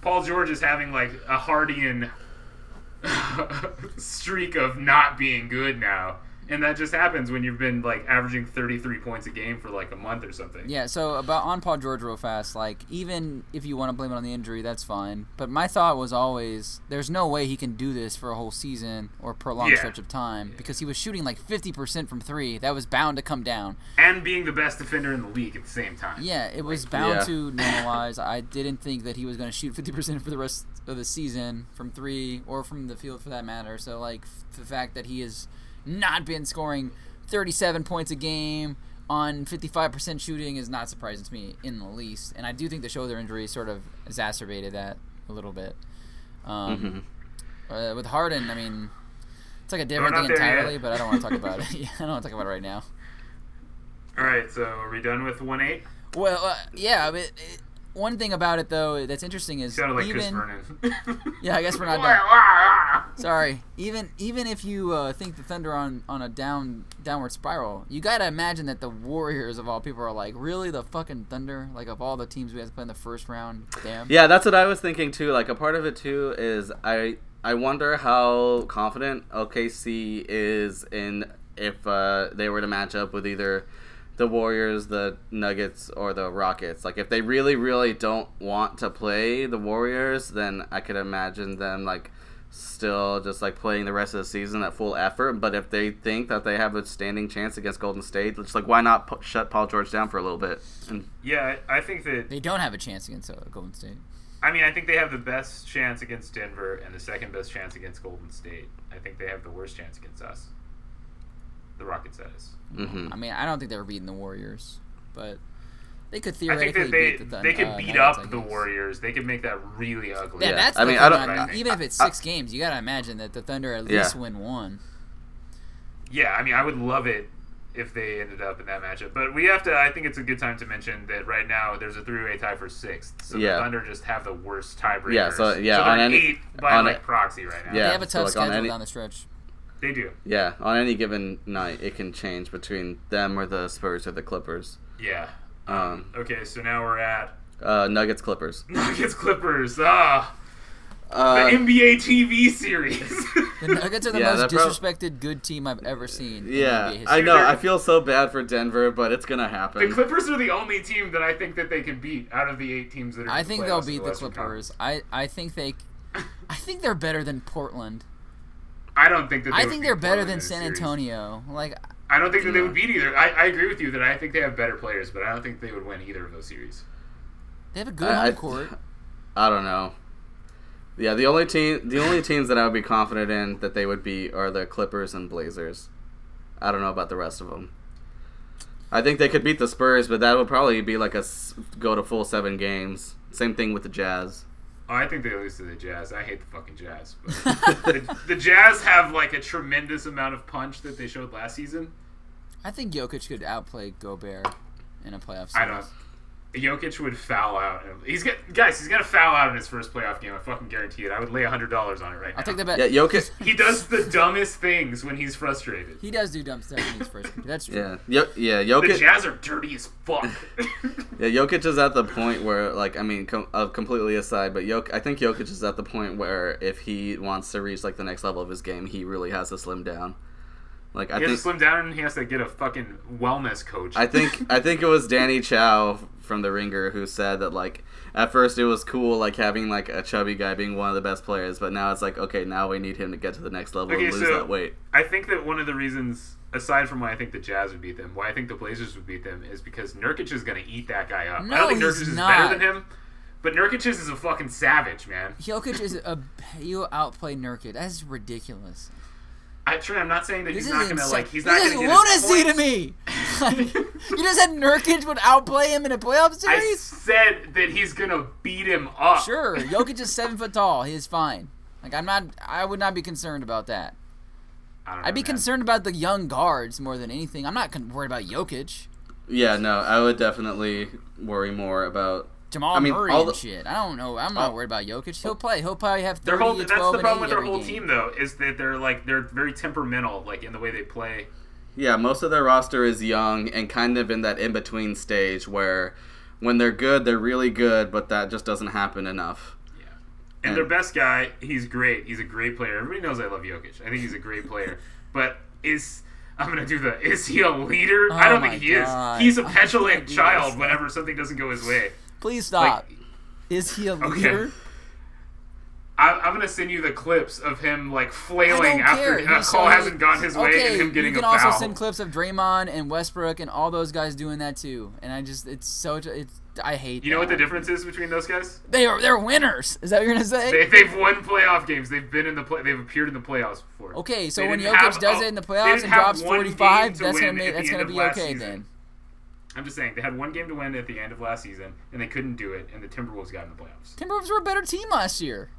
B: Paul George is having like a Hardian streak of not being good now, and that just happens when you've been like averaging 33 points a game for like a month or something.
C: Yeah, so about on Paul George real fast, like even if you want to blame it on the injury, that's fine. But my thought was always there's no way he can do this for a whole season or prolonged
B: Yeah.
C: stretch of time because he was shooting like 50% from 3. That was bound to come down.
B: and being the best defender in the league at the same time.
C: Yeah, it was bound
A: Yeah.
C: to normalize. I didn't think that he was going to shoot 50% for the rest of the season from 3 or from the field for that matter. So like f- the fact that he has not been scoring 37 points a game on 55% shooting is not surprising to me in the least. And I do think the shoulder injury sort of exacerbated that a little bit.
A: Mm-hmm.
C: Um, uh, with Harden, I mean, it's like a different
B: Mm-hmm. not
C: thing
B: there yet.
C: entirely, but I don't want to talk about it. Yeah, I don't want to talk about it right now.
B: All right, so are we done with one eight?
C: Well, uh, yeah. I mean, it, one thing about it though that's interesting is
B: Sounded like Chris
C: even
B: Vernon.
C: yeah, I guess we're not done. Sorry. Even even if you uh, think the Thunder on on a down downward spiral, you gotta imagine that the Warriors of all people are like really the fucking Thunder. Like of all the teams we had to play in the first round, damn.
A: Yeah, that's what I was thinking too. Like a part of it too is I I wonder how confident OKC is in if uh, they were to match up with either the Warriors, the Nuggets, or the Rockets. Like if they really really don't want to play the Warriors, then I could imagine them like still just like playing the rest of the season at full effort. But if they think that they have a standing chance against Golden State, it's like why not pu- shut Paul George down for a little bit? And
B: yeah, I I think that.
C: They don't have a chance against uh, Golden State.
B: I mean, I think they have the best chance against Denver and the second best chance against Golden State. I think they have the worst chance against us. The Rockets, that is.
A: hmm
C: I mean, I don't think they were beating the Warriors, but they could
B: I think
C: theoretically
B: that they
C: beat the uh, Thunder.
B: they could beat up the Warriors. They could make that really ugly.
C: Yeah,
A: Yeah,
C: that's.
A: I
C: the
A: mean,
C: thing
A: I don't-
C: about it.
B: I-
C: even if it's
A: I-
C: six games, you gotta imagine that the Thunder at
A: Yeah.
C: least win one.
B: Yeah, I mean, I would love it if they ended up in that matchup. But we have to. I think it's a good time to mention that right now there's a three-way tie for sixth. So
A: Yeah.
B: the Thunder just have the worst tiebreakers.
A: Yeah, so- yeah,
B: so they're
A: on any-
B: eight by
A: on
B: like
A: it-
B: proxy right now.
A: Yeah,
C: they have a
A: so,
C: tough
A: like, on
C: schedule
A: any-
C: down the stretch.
B: they do.
A: Yeah, on any given night, it can change between them or the Spurs or the Clippers.
B: Yeah.
A: Um,
B: Okay, so now we're at
A: uh, Nuggets Clippers.
B: Nuggets Clippers. Ah, the
A: Uh,
B: NBA TV series.
C: The Nuggets are the
A: Yeah,
C: most
A: that prob-
C: disrespected good team I've ever seen. in
A: yeah,
C: NBA
A: I
C: history.
A: know. I feel so bad for Denver, but it's gonna
B: the
A: happen.
B: Clippers are the only team that I think that they can beat out of the eight teams that are. in
C: I
B: the
C: think
B: playoffs
C: they'll
B: in
C: beat the
B: Western
C: Clippers. I, I think they, I think they're better than Portland.
B: Conference. I don't think that. They
C: I
B: would
C: think
B: beat
C: they're better
B: Portland in
C: than
B: a
C: San
B: series.
C: Antonio. Like,
B: I don't think that they would beat either. I, I agree with you that I think they have better players, but I don't think they would win either of those series.
C: they have a good
A: I- I-
C: home court.
A: I don't know. Yeah, the only team, the only teams that I would be confident in that they would be are the Clippers and Blazers. I don't know about the rest of them. I think they could beat the Spurs, but that would probably be like a s- go to full seven games. Same thing with the Jazz.
B: Oh, I think they lose to the Jazz. I hate the fucking Jazz. But the, the Jazz have like a tremendous amount of punch that they showed last season.
C: I think Jokic could outplay Gobert in a playoff series.
B: I don't. Jokic would foul out. He's got guys. He's gonna foul out in his first playoff game. I fucking guarantee it. I would lay hundred dollars on it right now.
C: I'll take the bet.
A: Yeah, Jokic.
B: He does the dumbest things when he's frustrated.
C: He does do dumb stuff in his first. game. That's true.
A: Yeah, Yo- yeah,
B: The
A: Jokic.
B: Jazz are dirty as fuck.
A: Yeah, Jokic is at the point where, like, I mean, com- uh, completely aside, but Jok- I think Jokic is at the point where if he wants to reach like the next level of his game, he really has to slim down. Like, I
B: he has to
A: think,
B: slim down and he has to get a fucking wellness coach.
A: I think, I think it was Danny Chow from The Ringer who said that like at first it was cool like having like a chubby guy being one of the best players, but now it's like okay, now we need him to get to the next level
B: Okay,
A: and lose
B: so-
A: that weight.
B: I think that one of the reasons, aside from why I think the Jazz would beat them, why I think the Blazers would beat them is because Nurkic is going to eat that guy up. I
C: No,
B: don't think Nurkic
C: he's
B: is
C: not.
B: better than him, but Nurkic is a fucking savage, man.
C: Jokic is a you outplay Nurkic. That's ridiculous.
B: I, Trey, I'm not saying that
C: This
B: he's
C: is
B: not
C: insane.
B: going to like. He's
C: this
B: not
C: is
B: going to get his
C: lunacy to
B: points.
C: me. you just said Nurkic would outplay him in a playoff
B: I
C: series.
B: said that he's going to beat him up.
C: Sure, Jokic is seven foot tall. He is fine. Like I'm not. I would not be concerned about that.
B: I don't know,
C: I'd be
B: man.
C: concerned about the young guards more than anything. I'm not con- worried about Jokic,
A: Yeah, no, I would definitely worry more about.
C: Jamal
A: I mean,
C: Murray,
A: all
C: and
A: the-
C: shit. I don't know. I'm not worried about Jokic. He'll play. He'll probably have 30,
B: Their whole,
C: 12,
B: Oh. that's the
C: and
B: problem
C: 8
B: with their
C: every
B: whole
C: game.
B: team, though, is that they're like they're very temperamental, like in the way they play.
A: Yeah, most of their roster is young and kind of in that in between stage where when they're good, they're really good, but that just doesn't happen enough.
B: Yeah. And their best guy, he's great. He's a great player. Everybody knows I love Jokic. I think he's a great player. But is I'm gonna do the is he a leader? I
C: Oh
B: don't
C: my
B: think he
C: God.
B: is. He's a
C: I
B: petulant
C: can't do this
B: child
C: now.
B: whenever something doesn't go his way.
C: Please stop. is he a leader?
B: I, I'm gonna send you the clips of him like
C: I don't
B: flailing
C: care.
B: after
C: He
B: a call
C: showed-
B: hasn't gone his way
C: okay,
B: and him getting
C: you can
B: a
C: also
B: foul.
C: send clips of Draymond and Westbrook and all those guys doing that too. And I just, it's so, it's I hate.
B: You know what the
C: that.
B: difference is between those guys?
C: They are they're winners. Is that what you're gonna say?
B: They, they've won playoff games. They've been in the play. They've appeared in the playoffs before.
C: okay, so
B: They
C: when
B: didn't
C: Jokic
B: have-
C: does
B: oh,
C: it in the
B: they
C: playoffs
B: didn't
C: and
B: have
C: drops
B: one game
C: 45,
B: to
C: that's gonna
B: win
C: make
B: at the
C: that's gonna
B: end of
C: be
B: last
C: okay
B: season.
C: then.
B: I'm just saying they had one game to win at the end of last season, and they couldn't do it, and the Timberwolves got in the playoffs.
C: Timberwolves were a better team last year.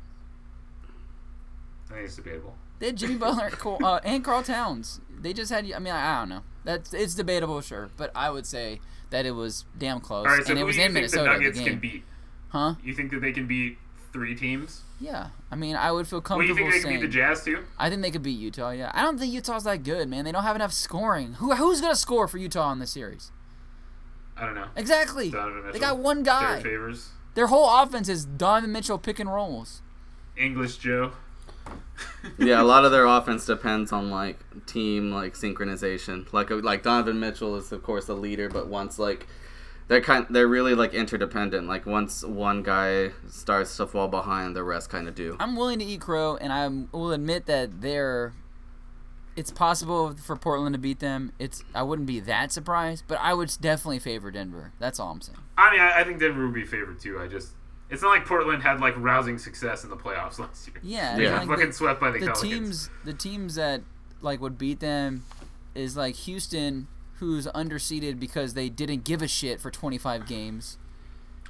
B: I think it's debatable.
C: They had Jimmy Butler and Cole- uh, and Carl Towns. They just had. I mean, I, I don't know. That's it's debatable, sure, but I would say that it was damn close,
B: All right, so
C: and it
B: who
C: was
B: do you think
C: in Minnesota.
B: the Nuggets
C: game,
B: can beat?
C: huh?
B: You think that they can beat three teams?
C: Yeah. I mean, I would feel
B: Well, you think
C: comfortable
B: they can
C: saying.
B: beat the Jazz too?
C: I think they could beat Utah. Yeah, I don't think Utah's that good, man. They don't have enough scoring. Who who's gonna score for Utah in this series?
B: I don't know.
C: Exactly.
B: Donovan
C: They
B: Mitchell,
C: got one
B: Derek
C: guy.
B: Favors,
C: Their whole offense is Donovan Mitchell pick and rolls.
B: English Joe.
A: yeah, a lot of their offense depends on like team like synchronization. Like uh, like Donovan Mitchell is of course the leader, but once like they're kind they're really like interdependent. Like once one guy starts to fall behind, the rest kind of do.
C: I'm willing to eat crow, and I will admit that they're. It's possible for Portland to beat them. It's I wouldn't be that surprised, but I would definitely favor Denver. That's all I'm saying.
B: I mean, I, I think Denver would be favored too. I just, it's not like Portland had like rousing success in the playoffs last year.
C: Yeah.
B: They
A: Yeah.
B: got
C: like
B: fucking
C: the-
B: swept by the,
C: the
B: Pelicans.
C: teams the teams that like would beat them is like Houston, who's underseeded because they didn't give a shit for 25 games.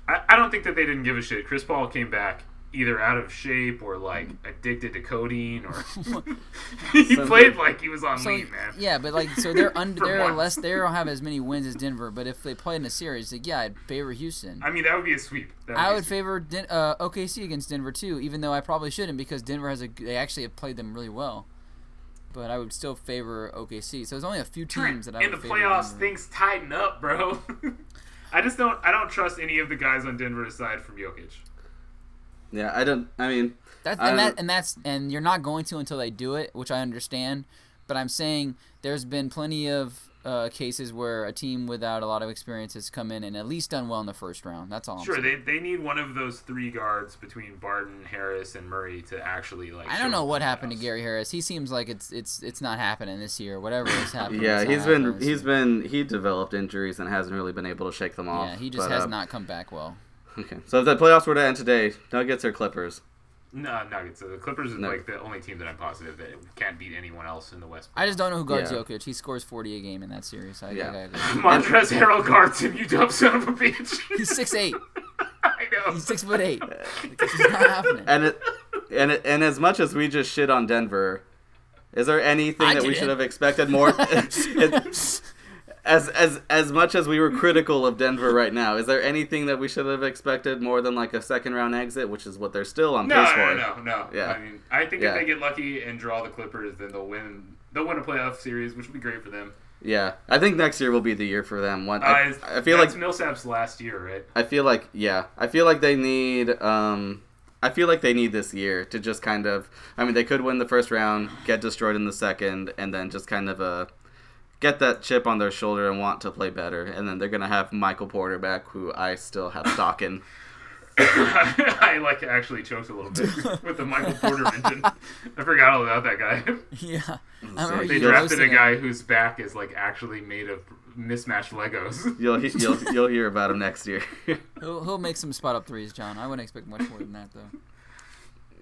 B: I, I don't think that they didn't give a shit. Chris Paul came back either out of shape or like addicted to codeine or he played like he was on
C: So
B: weed, man.
C: yeah, but like so they're under
B: For
C: they're
B: once.
C: less they don't have as many wins as Denver. But if they play in a series, like, yeah, I'd favor Houston.
B: I mean, that would be a sweep. That
C: I
B: be a
C: would
B: sweep.
C: favor Den- uh, OKC against Denver too, even though I probably shouldn't because Denver has a g- they actually have played them really well. But I would still favor OKC. So there's only a few teams that I
B: in
C: would
B: the
C: favor.
B: playoffs.
C: Denver.
B: Things tighten up, bro. I just don't. I don't trust any of the guys on Denver aside from Jokic.
A: Yeah, I don't. I mean,
C: That's
A: I
C: and that
A: don't-
C: and that's and you're not going to until they do it, which I understand. But I'm saying there's been plenty of uh, cases where a team without a lot of experience has come in and at least done well in the first round. That's all.
B: Sure,
C: I'm saying.
B: they, they need one of those three guards between Barton, Harris, and Murray to actually like.
C: I
B: show
C: don't know
B: up
C: what
B: in the
C: happened to
B: playoffs.
C: Gary Harris. He seems like it's it's it's not happening this year. Whatever is happening.
A: yeah,
C: it's not
A: he's
C: happening
A: been
C: this
A: he's
C: year.
A: been he developed injuries and hasn't really been able to shake them off.
C: Yeah, he just
A: But,
C: has
A: uh,
C: not come back well.
A: Okay, so if the playoffs were to end today, Nuggets or Clippers?
B: No, Nuggets. So the Clippers is
A: No.
B: like the only team that I'm positive that can't beat anyone else in the West.
C: I just don't know who guards
A: Yeah.
C: Jokic. He scores 40 a game in that series. I,
A: Yeah.
C: I, I,
B: Montrezl Harrell guards him, you dumb son of a bitch.
C: he's six eight.
B: I know.
C: He's six foot eight. It's not happening.
A: And it, and it, and as much as we just shit on Denver, is there anything
C: I
A: that we
C: didn't.
A: should have expected more? as as as much as we were critical of Denver right now, is there anything that we should have expected more than like a second round exit, which is what they're still on
B: no,
A: pace
B: no,
A: for?
B: no, no.
A: Yeah.
B: I mean, I think
A: Yeah.
B: if they get lucky and draw the Clippers, then they'll win. They'll win a playoff series, which would be great for them.
A: Yeah, I think next year will be the year for them. One, I,
B: Uh,
A: I feel like
B: that's Millsap's last year, right?
A: I feel like yeah, I feel like they need um I feel like they need this year to just kind of I mean they could win the first round, get destroyed in the second and then just kind of uh get that chip on their shoulder and want to play better and then they're going to have Michael Porter back who I still have stock in.
B: I like actually choked a little bit with the Michael Porter mention. I forgot all about that guy.
C: Yeah. I remember
B: They
C: you
A: He's
B: drafted a
C: posting it.
B: guy whose back is like actually made of mismatched Legos.
A: You'll he- you'll you'll hear about him next year.
C: He'll, he'll make some spot up threes, John. I wouldn't expect much more than that, though.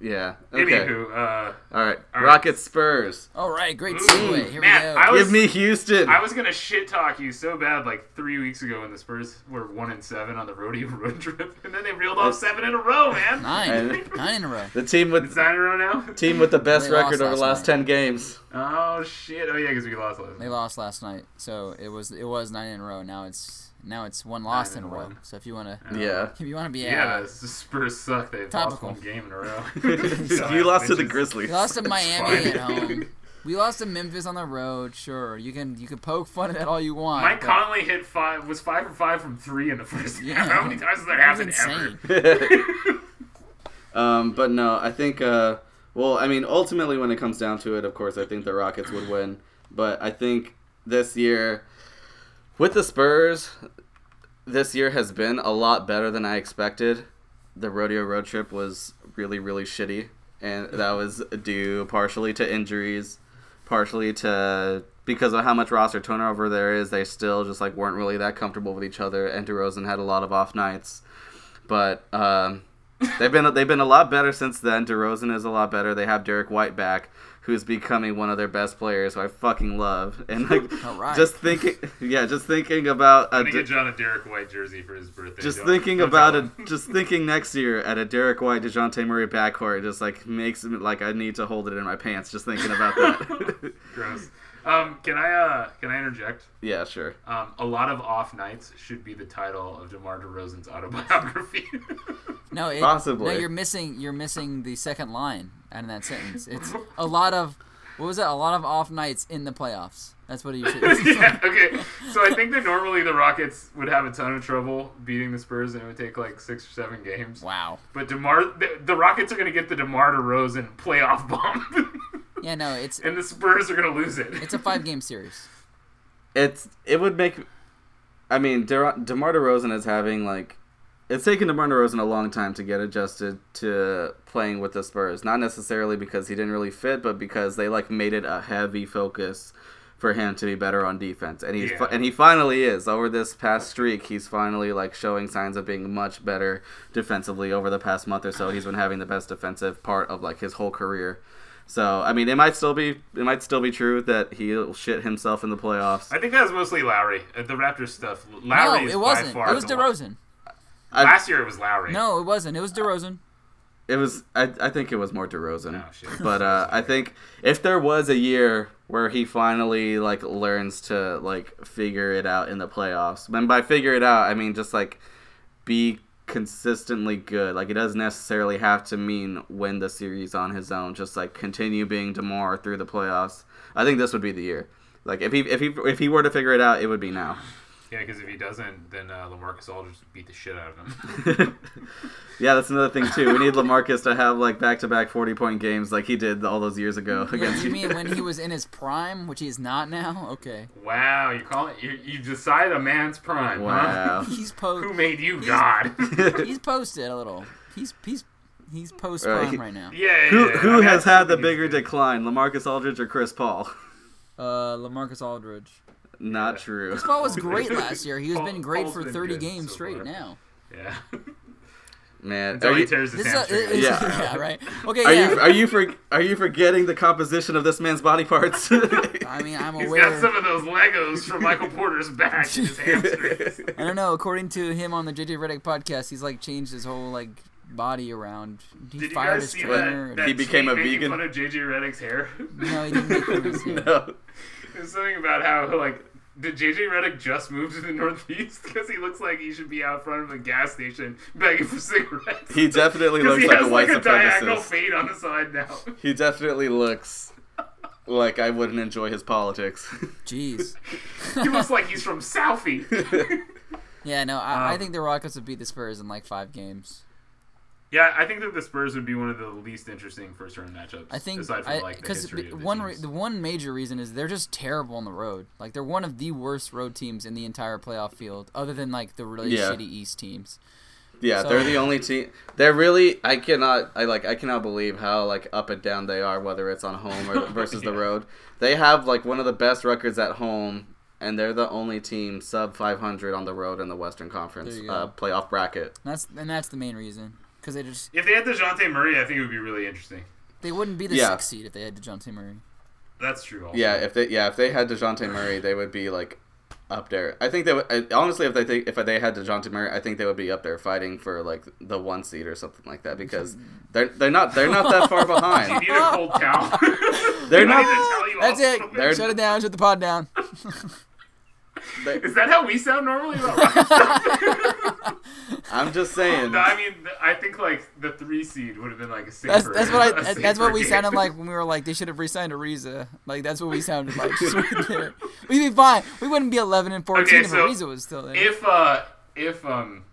A: yeah. Okay.
B: Anywho, uh,
A: All right.
B: All right.
A: Rockets Spurs.
C: All right, great
B: Ooh,
C: segue. Here
B: man,
C: we go.
B: I was-
A: Give me Houston.
B: I was gonna shit talk you so bad like three weeks ago when the Spurs were one and seven on the rodeo road trip, and then they reeled off seven in a row, man.
C: Nine. Nine in a row.
A: the team with
B: It's nine in a row now.
A: team with the best
C: They lost
A: record over the
C: last
A: last
C: night.
A: 10 games.
B: Oh shit! Oh yeah, because we lost last.
C: They
B: night.
C: lost last night, so it was it was nine in a row. Now it's now it's one loss
B: Nine
C: in
B: and
C: a row.
B: one.
C: So if you wanna
A: Yeah.
C: if you wanna be
B: Yeah,
C: yeah.
B: the Spurs suck. They lost
C: Topical.
B: one game in a row.
A: you lost to the
B: Bitches.
A: Grizzlies.
C: we lost to Miami
B: fine.
C: at home. We lost to Memphis on the road. Sure, you can you can poke fun at that all you want.
B: Mike
C: but
B: Conley hit five was five for five from three in the first
C: Yeah.
B: half. How many times does that
C: that was
B: happen ever?
C: insane.
A: um, but no, I think. Uh, well, I mean, ultimately, when it comes down to it, of course, I think the Rockets would win. But I think this year, with the Spurs, this year has been a lot better than I expected. The rodeo road trip was really, really shitty, and that was due partially to injuries, partially to because of how much roster turnover there is, they still just like weren't really that comfortable with each other. And DeRozan had a lot of off nights, but um, they've been they've been a lot better since then. DeRozan is a lot better. They have Derek White back, who's becoming one of their best players, who I fucking love. And like,
C: All right.
A: just thinking, yeah, just thinking about a
B: I'm gonna
A: De-
B: get John a Derek White jersey for his birthday.
A: just
B: Don't-
A: thinking
B: don't
A: about
B: tell
A: it,
B: him.
A: just thinking next year at a Derek White, Dejounte Murray backcourt, just like makes me like I need to hold it in my pants. Just thinking about that.
B: Gross. Um, can I uh, can I interject?
A: yeah, sure.
B: Um, a lot of off nights should be the title of DeMar DeRozan's autobiography.
C: No, it,
A: Possibly.
C: No, you're missing. You're missing the second line out of that sentence. It's a lot of. What was it? A lot of off nights in the playoffs. That's what you should.
B: yeah, okay. So I think that normally the Rockets would have a ton of trouble beating the Spurs, and it would take like six or seven games.
C: Wow.
B: But DeMar, the, the Rockets are going to get the DeMar DeRozan playoff bomb,
C: Yeah, no, it's
B: and the Spurs are going to lose it.
C: it's a five game series.
A: It's it would make. I mean, De- Demar Derozan is having like, it's taken Demar Derozan a long time to get adjusted to playing with the Spurs. Not necessarily because he didn't really fit, but because they like made it a heavy focus for him to be better on defense, and he's
B: Yeah.
A: and he finally is over this past streak. He's finally like showing signs of being much better defensively over the past month or so. He's been having the best defensive part of like his whole career. So I mean, it might still be it might still be true that he'll shit himself in the playoffs.
B: I think that was mostly Lowry. Uh, The Raptors stuff. Lowry
C: no,
B: is
C: it wasn't.
B: By far
C: It was
B: the one-
C: DeRozan.
B: Last year it was Lowry.
C: No, it wasn't. It was DeRozan.
A: It was. I, I think it was more DeRozan.
B: Oh, shit.
A: But uh, I think if there was a year where he finally like learns to like figure it out in the playoffs, and by figure it out, I mean just like be consistently good. Like it doesn't necessarily have to mean win the series on his own. Just like continue being Demar through the playoffs. I think this would be the year. Like if he if he if he were to figure it out, it would be now.
B: Yeah, because if he doesn't, then uh, Lamarcus Aldridge beat the shit out of him.
A: yeah, that's another thing too. We need Lamarcus to have like back to back forty point games like he did all those years ago
C: Wait,
A: against
C: you mean when he was in his prime, which he is not now? Okay.
B: wow, you call it? You, you decide a man's prime.
A: Wow.
B: Huh?
C: He's
B: Who
C: po-
B: made you God? yeah,
C: he's posted a little. He's he's he's post
A: Right,
C: prime
A: Uh, he-
C: right now.
B: yeah,
A: Who,
B: yeah. I
A: who
B: mean,
A: has
B: that's
A: had the
B: something
A: bigger
B: he's-
A: decline, Lamarcus Aldridge or Chris Paul?
C: Uh, Lamarcus Aldridge.
A: Not true.
C: Chris Paul was great last year. He has been
B: Paul-
C: great
B: Paul's
C: for
B: been
C: 30
B: good
C: games
B: so
C: straight
B: far.
C: now.
B: Yeah.
A: Man,
B: Until
A: are
B: he
A: you,
B: tears his
C: This is a,
B: hamstring.
C: it- it's-
A: Yeah.
C: yeah. right. Okay,
A: are
C: yeah.
A: you are you for, are you forgetting the composition of this man's body parts?
C: I mean, I'm
B: He's
C: aware.
B: got some of those Legos from Michael Porter's back in his hamstrings.
C: I don't know. According to him on the JJ Redick podcast, he's like changed his whole like body around. He
B: Did you
C: fired
B: guys
C: his
B: see
C: trainer.
B: that, that
A: He became
B: tweet
A: a
B: making
A: vegan.
B: Fun of JJ Redick's hair.
C: no, he didn't make fun of his hair.
A: no.
B: There's something about how like did JJ Redick just move to the Northeast because he looks like he should be out front of a gas station begging for cigarettes.
A: He definitely looks
B: 'Cause he
A: like
B: has
A: a white
B: like a diagonal
A: supremacist.
B: fade on the side now.
A: He definitely looks like I wouldn't enjoy his politics.
C: Jeez.
B: He looks like he's from Southie.
C: Yeah, no, I, I
B: Um,
C: think the Rockets would beat the Spurs in like five games.
B: yeah, I think that the Spurs would be one of the least interesting first round matchups.
C: I think
B: aside from like the
C: because
B: history of the
C: one re-
B: teams.
C: the one major reason is they're just terrible on the road. Like they're one of the worst road teams in the entire playoff field, other than like the really
A: Yeah.
C: shitty East teams.
A: Yeah,
C: So-
A: they're the only team. They're really. I cannot. I like. I cannot believe how like up and down they are, whether it's on home or versus the
B: Yeah.
A: road. They have like one of the best records at home, and they're the only team sub 500 on the road in the Western Conference
C: There you
A: uh, playoff bracket.
C: And that's and that's the main reason because they just
B: if they had Dejounte Murray, I think it would be really interesting.
C: they wouldn't be the
A: Yeah.
C: sixth seed if they had Dejounte Murray.
B: That's true. Also.
A: Yeah, if they yeah if they had Dejounte Murray, they would be like up there. I think they would. I, honestly, if they think if they had Dejounte Murray, I think they would be up there fighting for like the one seed or something like that because they're they're not they're not that far
B: You
A: behind.
B: need a cold towel.
A: They're
B: I
A: not.
B: need to tell you
C: That's
B: all
C: it.
B: something.
A: They're-
C: Shut it down. Shut the pod down.
A: they-
B: Is that how we sound normally? About Rockets?
A: I'm just saying.
B: no, I mean, th- I think like the three seed would have been like a safer.
C: That's, that's what
B: a
C: I. That's what
B: safer
C: we
B: game.
C: sounded like when we were like they should have re-signed Ariza. Like that's what we sounded like. Just right there. We'd be fine. We wouldn't be 11 and 14
B: Okay,
C: if
B: so
C: Ariza was still there.
B: If uh, if um,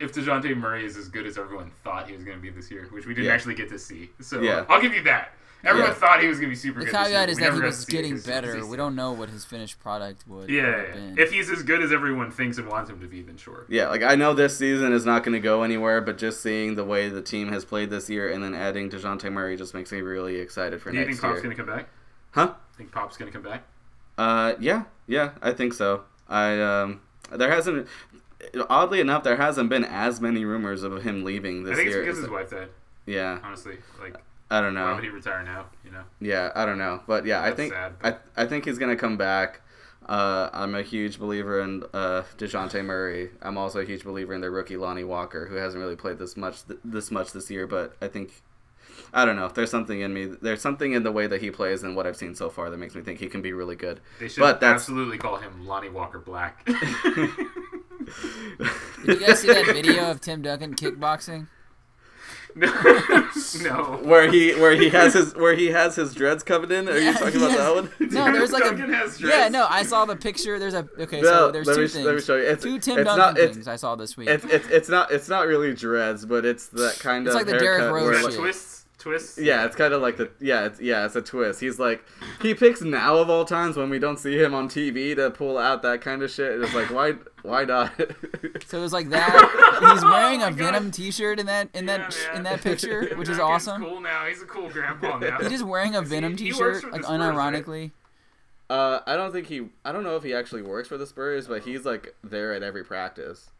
B: if Dejounte Murray is as good as everyone thought he was going to be this year, which we didn't
A: Yeah.
B: actually get to see, so
A: Yeah.
B: I'll give you that. Everyone
A: Yeah.
B: thought he was going to be super
C: the
B: good. this year,
C: caveat
B: but
C: is
B: we
C: that
B: never
C: he
B: got
C: was
B: to see it
C: getting
B: 'cause he's
C: better.
B: consistent.
C: We don't know what his finished product would.
B: Yeah,
C: have
B: yeah, yeah.
C: been.
B: if he's as good as everyone thinks and wants him to be, then sure.
A: Yeah, like I know this season is not going to go anywhere, but just seeing the way the team has played this year and then adding Dejounte Murray just makes me really excited for
B: Do you
A: next
B: think
A: year.
B: Pop's going to come back?
A: Huh?
B: Think Pop's going to come back?
A: Uh, yeah, yeah, I think so. I um, there hasn't, oddly enough, there hasn't been as many rumors of him leaving
B: I
A: this
B: think it's
A: year. Oh.
B: because his wife died.
A: yeah,
B: Honestly, like
A: I don't
B: why
A: know.
B: would he retire now? You know.
A: Yeah, I don't know, but yeah, I
B: That's
A: think
B: sad,
A: I I think he's gonna come back. Uh, I'm a huge believer in uh, Dejounte Murray. I'm also a huge believer in their rookie Lonnie Walker, who hasn't really played this much th- this much this year. But I think I don't know. There's something in me. There's something in the way that he plays and what I've seen so far that makes me think he can be really good.
B: They should
A: But that's-
B: absolutely call him Lonnie Walker Black.
C: Did you guys see that video of Tim Duncan kickboxing?
B: no, no.
A: where he where he has his where he has his dreads coming in? Are you
C: Yeah,
A: talking about
C: yes.
A: that one?
C: No, there's like
B: Duncan
C: a
B: has
C: yeah.
B: dreads.
C: No, I saw the picture. There's a okay.
A: No,
C: so there's
A: let
C: two
A: me sh-
C: things.
A: let me show you. It's-
C: two Tim
A: it's
C: Duncan
A: not- it's-
C: things I saw this week.
A: It's, it's it's not it's not really dreads, but it's that kind
C: It's
A: of
C: like the
A: haircut
C: Derrick Rose
A: where,
C: shit.
A: like,
B: Twists, twists.
A: Yeah, it's kind of like the yeah, it's, yeah, it's a twist. He's like he picks now of all times when we don't see him on TV to pull out that kind of shit. It's like why why not?
C: so it was like that. He's wearing
B: Oh
C: a
B: my
C: Venom
B: God.
C: T-shirt in that in that
B: Yeah,
C: in
B: man.
C: that picture,
B: Tim
C: which is
B: Duncan's
C: awesome.
B: Cool now. He's a cool grandpa now.
C: He's just wearing a Venom
B: he works
C: T-shirt,
B: for
C: like
B: the Spurs, right?
C: unironically.
A: uh, I don't think he I don't know if he actually works for the Spurs, but he's like there at every practice.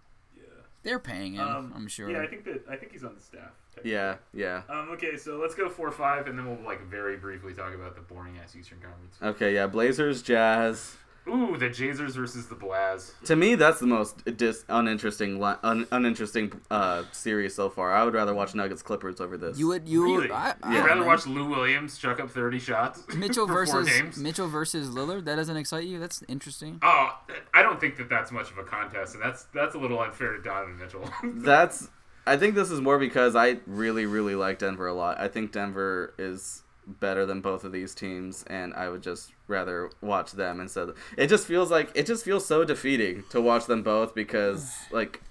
C: They're paying him,
B: Um,
C: I'm sure.
B: Yeah, I think that I think he's on the staff.
A: Yeah, yeah.
B: Um, okay, so let's go four five, and then we'll like very briefly talk about the boring ass Eastern Conference.
A: Okay, yeah. Blazers, Jazz.
B: Ooh, the Jazers versus the Blaz.
A: To me, that's the most dis- uninteresting li- un- uninteresting uh, series so far. I would rather watch Nuggets Clippers over this.
C: you would you
B: Really?
C: would I,
A: Yeah.
C: I
B: You'd
C: don't
B: rather
C: know.
B: watch Lou Williams chuck up thirty shots.
C: Mitchell
B: for four
C: versus
B: games?
C: Mitchell versus Lillard. That doesn't excite you. That's interesting.
B: Oh, I don't think that that's much of a contest, and that's that's a little unfair to Donovan Mitchell.
A: That's. I think this is more because I really, really like Denver a lot. I think Denver is better than both of these teams, and I would just rather watch them instead. It just feels like it just feels so defeating to watch them both because, like,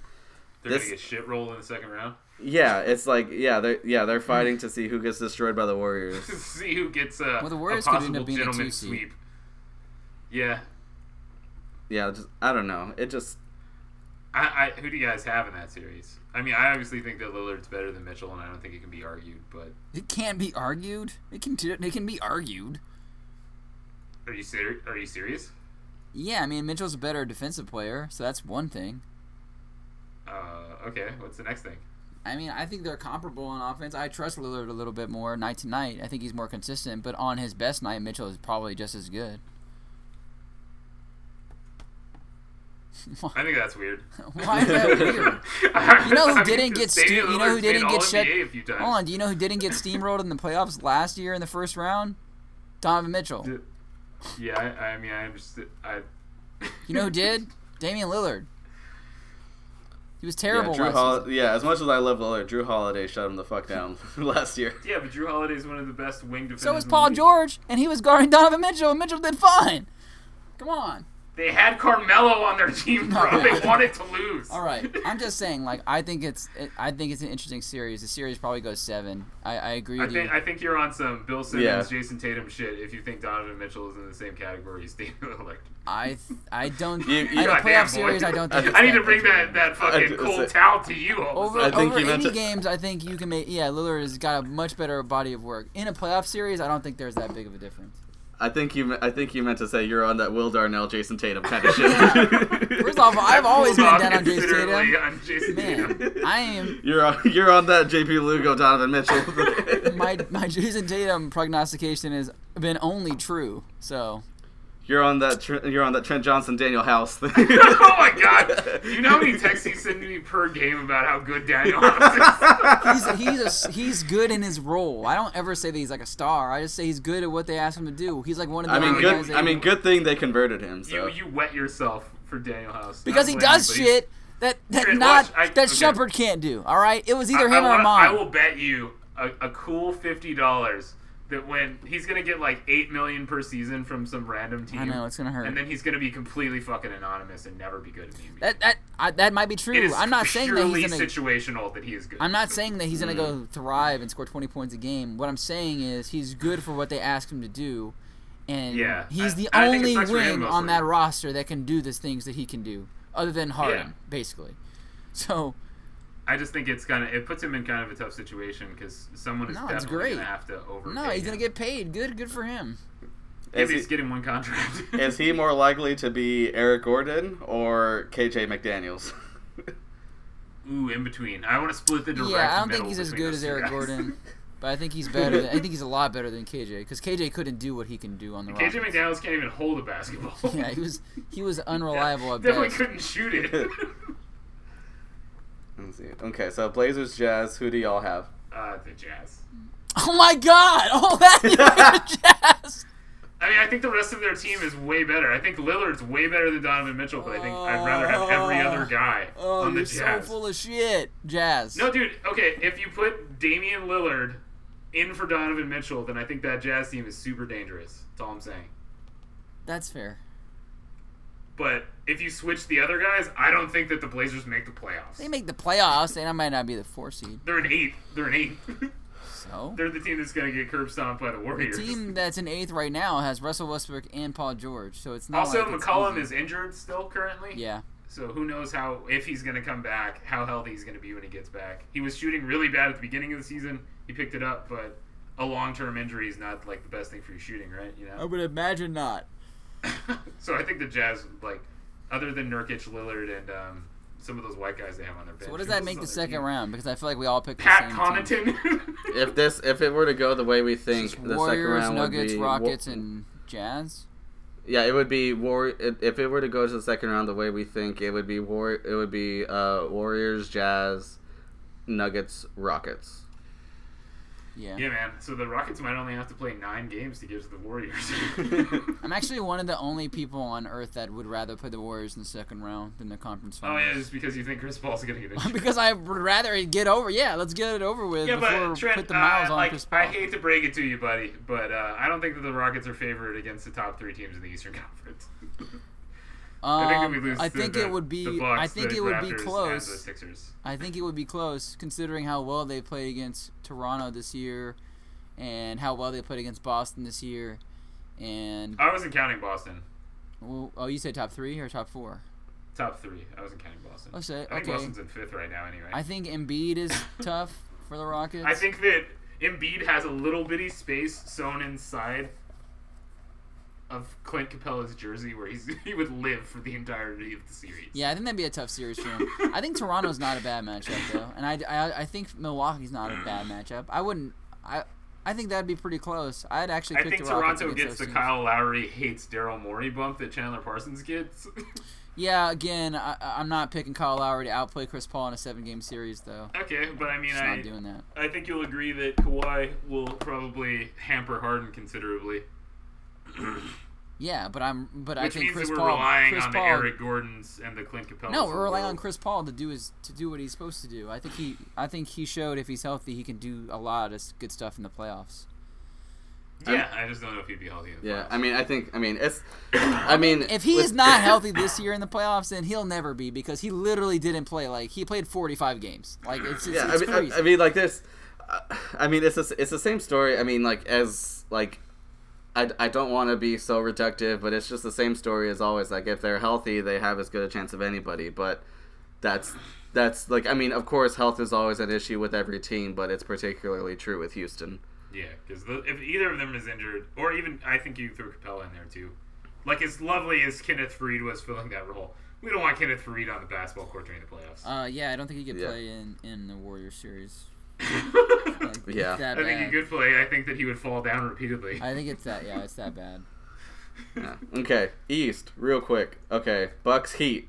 B: They're
A: This-
B: gonna get shit rolled in the second round.
A: yeah, it's like yeah, they're yeah they're fighting to see who gets destroyed by the Warriors.
B: See who gets uh, a,
C: Well, the
B: a
C: Warriors could end
B: possible
C: up being a
B: gentleman
C: two seed.
B: sweep. Yeah,
A: Yeah, just I don't know. It just
B: I, I, who do you guys have in that series? I mean, I obviously think that Lillard's better than Mitchell, and I don't think it can be argued. But
C: It can be argued. It can it can be argued.
B: are you ser- are you serious?
C: Yeah, I mean Mitchell's a better defensive player, so that's one thing.
B: Uh, okay, what's the next thing?
C: I mean, I think they're comparable on offense. I trust Lillard a little bit more night to night. I think he's more consistent, but on his best night, Mitchell is probably just as good.
B: I think that's weird.
C: Why is that weird?
B: you
C: know who didn't get stu- you know who didn't get shut-
B: A few times.
C: Hold on, do you know who didn't get steamrolled in the playoffs last year in the first round? Donovan Mitchell.
B: D- Yeah, I, I mean, I'm just I.
C: You know who did? Damian Lillard. He was
A: yeah,
C: terrible.
A: Drew
C: last
A: Hol-
C: season.
A: yeah. As much as I love Lillard, Drew Holiday shut him the fuck down last year.
B: Yeah, but Drew Holiday is one of the best wing defenders.
C: So was
B: in the
C: Paul
B: league.
C: George, and he was guarding Donovan Mitchell, and Mitchell did fine. Come on.
B: They had Carmelo on their team, bro. they wanted to lose.
C: All right, I'm just saying. Like, I think it's, it, I think it's an interesting series. The series probably goes seven. I, I agree
B: I
C: with you.
B: think I think you're on some Bill Simmons,
A: Yeah.
B: Jason Tatum shit. If you think Donovan Mitchell is in the same category as Damian Lillard,
C: I, th- I don't.
A: You- you-
C: in
B: God
C: a
B: damn,
C: playoff
B: boy.
C: series, I don't
A: I
C: think. it's
B: I need to
C: that
B: bring that
C: different.
B: that fucking
A: I-
B: cold
A: it's a-
B: towel to you. all of a
C: Over,
A: I
B: sudden.
A: think
C: over
A: you meant
C: 80
A: to-
C: games, I think you can make. Yeah, Lillard has got a much better body of work. In a playoff series, I don't think there's that big of a difference.
A: I think you I think you meant to say you're on that Will Darnell, Jason Tatum kind of shit.
B: Yeah.
C: First off, I've always been
B: Cooled off
C: down on Jason
B: considerably
C: Tatum.
B: on Jason Tatum.
C: Man, I am
A: You're on, you're on that JP Lugo, Donovan Mitchell.
C: my my Jason Tatum prognostication has been only true. So
A: you're on that Tr- you're on that Trent Johnson, Daniel House. thing.
B: Oh my god! You know how many texts he's sending me per game about how good Daniel House is?
C: he's a, he's a, he's good in his role. I don't ever say that he's like a star. I just say he's good at what they ask him to do. He's like one of the
A: I mean,
C: only guys
A: good.
C: that-
A: I mean, good thing they converted him.
B: You
A: So
B: you wet yourself for Daniel House
C: because
B: Not
C: he
B: blaming,
C: does
B: but he's-
C: shit that that
B: Great,
C: not
B: watch, I-
C: that
B: okay.
C: Shepard can't do. All right, it was either
B: I,
C: him
B: I
C: or
B: wanna- I
C: mom.
B: will bet you a, a cool fifty dollars that when he's gonna get like eight million per season from some random team.
C: I know it's gonna
B: and
C: hurt.
B: then he's gonna be completely fucking anonymous and never be good at the NBA.
C: That that I, that might be
B: It
C: true.
B: is
C: I'm not saying that
B: purely
C: he's gonna.
B: situational that he is good.
C: I'm not saying that he's gonna go
B: Mm.
C: thrive and score 20 points a game. What I'm saying is he's good for what they ask him to do, and
B: Yeah,
C: he's
B: I-
C: the
B: I think it
C: only
B: sucks for him
C: wing on
B: mostly.
C: that roster that can do these things that he can do, other than Harden,
B: Yeah.
C: basically. So
B: I just think it's kind of it puts him in kind of a tough situation because someone is
C: No, it's
B: definitely
C: great.
B: gonna have to over.
C: no, he's gonna get paid. Good, good for him.
A: Is
B: He's
A: he-
B: getting one contract.
A: Is he more likely to be Eric Gordon or KJ McDaniels?
B: Ooh, in between. I want to split the direct.
C: yeah, I don't think
B: middle
C: he's as
B: between
C: good
B: those
C: as
B: two
C: Eric
B: guys.
C: Gordon, but I think he's better. Than, I think he's a lot better than KJ because KJ couldn't do what he can do on the
B: KJ
C: Rockets.
B: McDaniels can't even hold a basketball.
C: Yeah, he was he was unreliable at
B: Definitely
C: best.
B: couldn't shoot it.
A: Let's see. Okay, so Blazers, Jazz. Who do y'all have?
B: uh, the Jazz.
C: Oh my God! Oh, that is the Jazz.
B: I mean, I think the rest of their team is way better. I think Lillard's way better than Donovan Mitchell, but I think I'd rather have every other guy
C: Oh,
B: on the
C: you're so
B: Jazz.
C: full of shit, Jazz.
B: no, dude. Okay, if you put Damian Lillard in for Donovan Mitchell, then I think that Jazz team is super dangerous. That's all I'm saying.
C: that's fair.
B: But if you switch the other guys, I don't think that the Blazers make the playoffs.
C: They make the playoffs, and I might not be the four seed.
B: They're an eighth. They're an eighth.
C: So
B: They're the team that's going to get curb stomped by the
C: the
B: Warriors.
C: team that's in eighth right now has Russell Westbrook and Paul George, so it's not
B: also,
C: like it's
B: McCollum
C: easy.
B: is injured still currently.
C: yeah.
B: So who knows how if he's going to come back, how healthy he's going to be when he gets back. He was shooting really bad at the beginning of the season. He picked it up, but a long-term injury is not like the best thing for your shooting, right? You know.
C: would imagine not.
B: so I think the Jazz, like, other than Nurkic, Lillard, and um, some of those white guys they have on their bench.
C: So what does
B: who
C: that
B: else
C: make
B: is
C: the
B: on their
C: second
B: team?
C: round? Because I feel like we all picked
B: Pat
C: the same team.
B: Connaughton.
A: If this, if it were to go the way we think, the second
C: Warriors,
A: round would
C: Nuggets,
A: be
C: Rockets, and Jazz.
A: yeah, it would be war. If it were to go to the second round the way we think, it would be war. It would be uh, Warriors, Jazz, Nuggets, Rockets.
C: Yeah.
B: yeah, man. So the Rockets might only have to play nine games to get to the Warriors.
C: I'm actually one of the only people on Earth that would rather play the Warriors in the second round than the conference
B: oh yeah,
C: finals.
B: just because you think Chris Paul's going to get injured.
C: because I would rather it get over. Yeah, let's get it over with
B: Yeah,
C: before
B: but Trent,
C: we put the miles
B: uh,
C: on
B: like,
C: Chris Paul.
B: I hate to break it to you, buddy, but uh, I don't think that the Rockets are favored against the top three teams in the Eastern Conference. I think that we
C: Um,
B: lose.
C: I
B: to
C: think
B: the,
C: it would
B: The
C: be.
B: Bucks,
C: I think
B: the
C: it would
B: Raptors,
C: be
B: and The
C: close.
B: Sixers.
C: I think it would be close considering how well they played against Toronto this year, and how well they played against Boston this year, and
B: I wasn't counting Boston.
C: well, oh, you say top three or top four?
B: Top three. I wasn't counting Boston.
C: Oh, say-
B: I think
C: okay.
B: Boston's in fifth right now, anyway.
C: I think Embiid is tough for the Rockets.
B: I think that Embiid has a little bitty space sewn inside of Clint Capella's jersey, where he's he would live for the entirety of the series.
C: Yeah, I think that'd be a tough series for him. I think Toronto's not a bad matchup though, and I, I, I think Milwaukee's not a bad matchup. I wouldn't. I I think that'd be pretty close. I'd actually.
B: I
C: pick
B: think
C: the Rockets
B: Toronto
C: against
B: gets
C: those
B: the
C: teams.
B: Kyle Lowry hates Daryl Morey bump that Chandler Parsons gets.
C: Yeah, again, I, I- I'm not picking Kyle Lowry to outplay Chris Paul in a seven-game series though.
B: okay, but I mean,
C: Just
B: I
C: not doing that.
B: I think you'll agree that Kawhi will probably hamper Harden considerably,
C: Yeah, but I'm. But I
B: which
C: think
B: means
C: Chris
B: that we're
C: Paul.
B: relying
C: Chris
B: on
C: Paul.
B: the Eric Gordons and the Clint Capella.
C: no, we're relying on Chris Paul to do his to do what he's supposed to do. I think he. I think he showed if he's healthy, he can do a lot of s- good stuff in the playoffs.
B: Yeah, I just don't know if he'd be healthy. In the
A: Yeah,
B: playoffs.
A: I mean, I think, I mean, it's, I mean,
C: If he
A: with-
C: is not healthy this year in the playoffs, then he'll never be because he literally didn't play. Like he played 45 games. Like it's, it's,
A: yeah, I
C: it's
A: mean,
C: crazy.
A: I, I mean, like this. uh, I mean, it's a, it's the same story. I mean, like as like, I, I don't want to be so reductive, but it's just the same story as always. Like if they're healthy, they have as good a chance of anybody. But that's that's like I mean, of course, health is always an issue with every team, but it's particularly true with Houston.
B: Yeah, because if either of them is injured, or even I think you threw Capella in there too. Like as lovely as Kenneth Freed was filling that role, we don't want Kenneth Freed on the basketball court during the playoffs.
C: uh, yeah, I don't think he could
A: Yeah.
C: play in in the Warriors series. Like, it's
A: Yeah.
C: that
B: I think he
C: bad.
B: could play. I think that he would fall down repeatedly.
C: I think it's that. Yeah, it's that bad.
A: Yeah. Okay, East, real quick. Okay, Bucks Heat.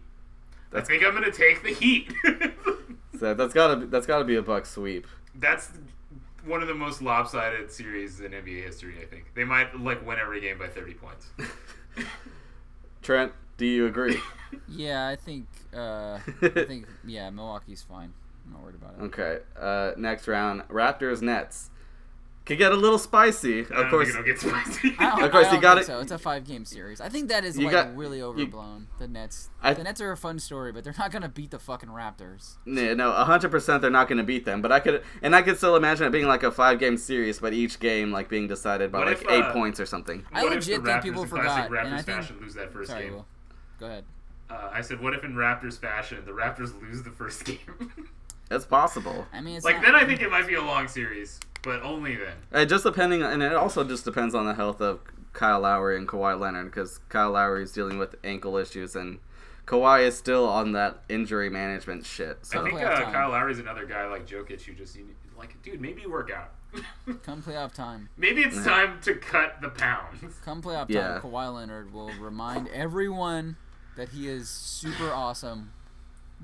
B: I think I'm gonna take the Heat.
A: So that's gotta be, that's gotta be a Bucks sweep.
B: That's one of the most lopsided series in NBA history. I think they might like win every game by 30 points.
A: Trent, do you agree?
C: Yeah, I think. Uh, I think. Yeah, Milwaukee's fine. I'm not worried about it.
A: Okay. Uh, next round, Raptors Nets. Could get a little spicy,
B: I
A: of
B: don't
A: course.
B: think it'll get spicy.
C: I don't,
A: Of course,
C: I
A: you
C: don't
A: got
C: think
A: it.
C: So it's a five-game series. I think that is
A: You
C: like
A: got-
C: really overblown. the Nets.
A: I-
C: the Nets are a fun story, but they're not gonna beat the fucking Raptors.
A: No, no, hundred percent. They're not going to beat them, but I could, and I could still imagine it being like a five-game series, but each game like being decided by
B: What
A: like
B: if,
A: eight
B: uh,
A: points or something.
C: I
B: What if
C: legit
B: the
C: think
B: Raptors
C: people
B: in
C: forgot,
B: Classic Raptors
C: and I think-
B: fashion lose that first
C: Sorry,
B: game.
C: Will. Go ahead.
B: Uh, I said, what if in Raptors fashion the Raptors lose the first game?
A: It's possible.
C: I mean, it's
B: like
C: not-
B: then I think it might be a long series, but only then.
A: It just depending, and it also just depends on the health of Kyle Lowry and Kawhi Leonard because Kyle Lowry is dealing with ankle issues and Kawhi is still on that injury management shit.
B: I
A: So
B: think
C: Playoff
B: uh,
C: time.
B: Kyle Lowry's another guy like Jokic who just you need, like, dude, maybe work out.
C: Come playoff time.
B: maybe it's time to cut the pounds.
C: Come playoff time.
A: Yeah.
C: Kawhi Leonard will remind everyone that he is super awesome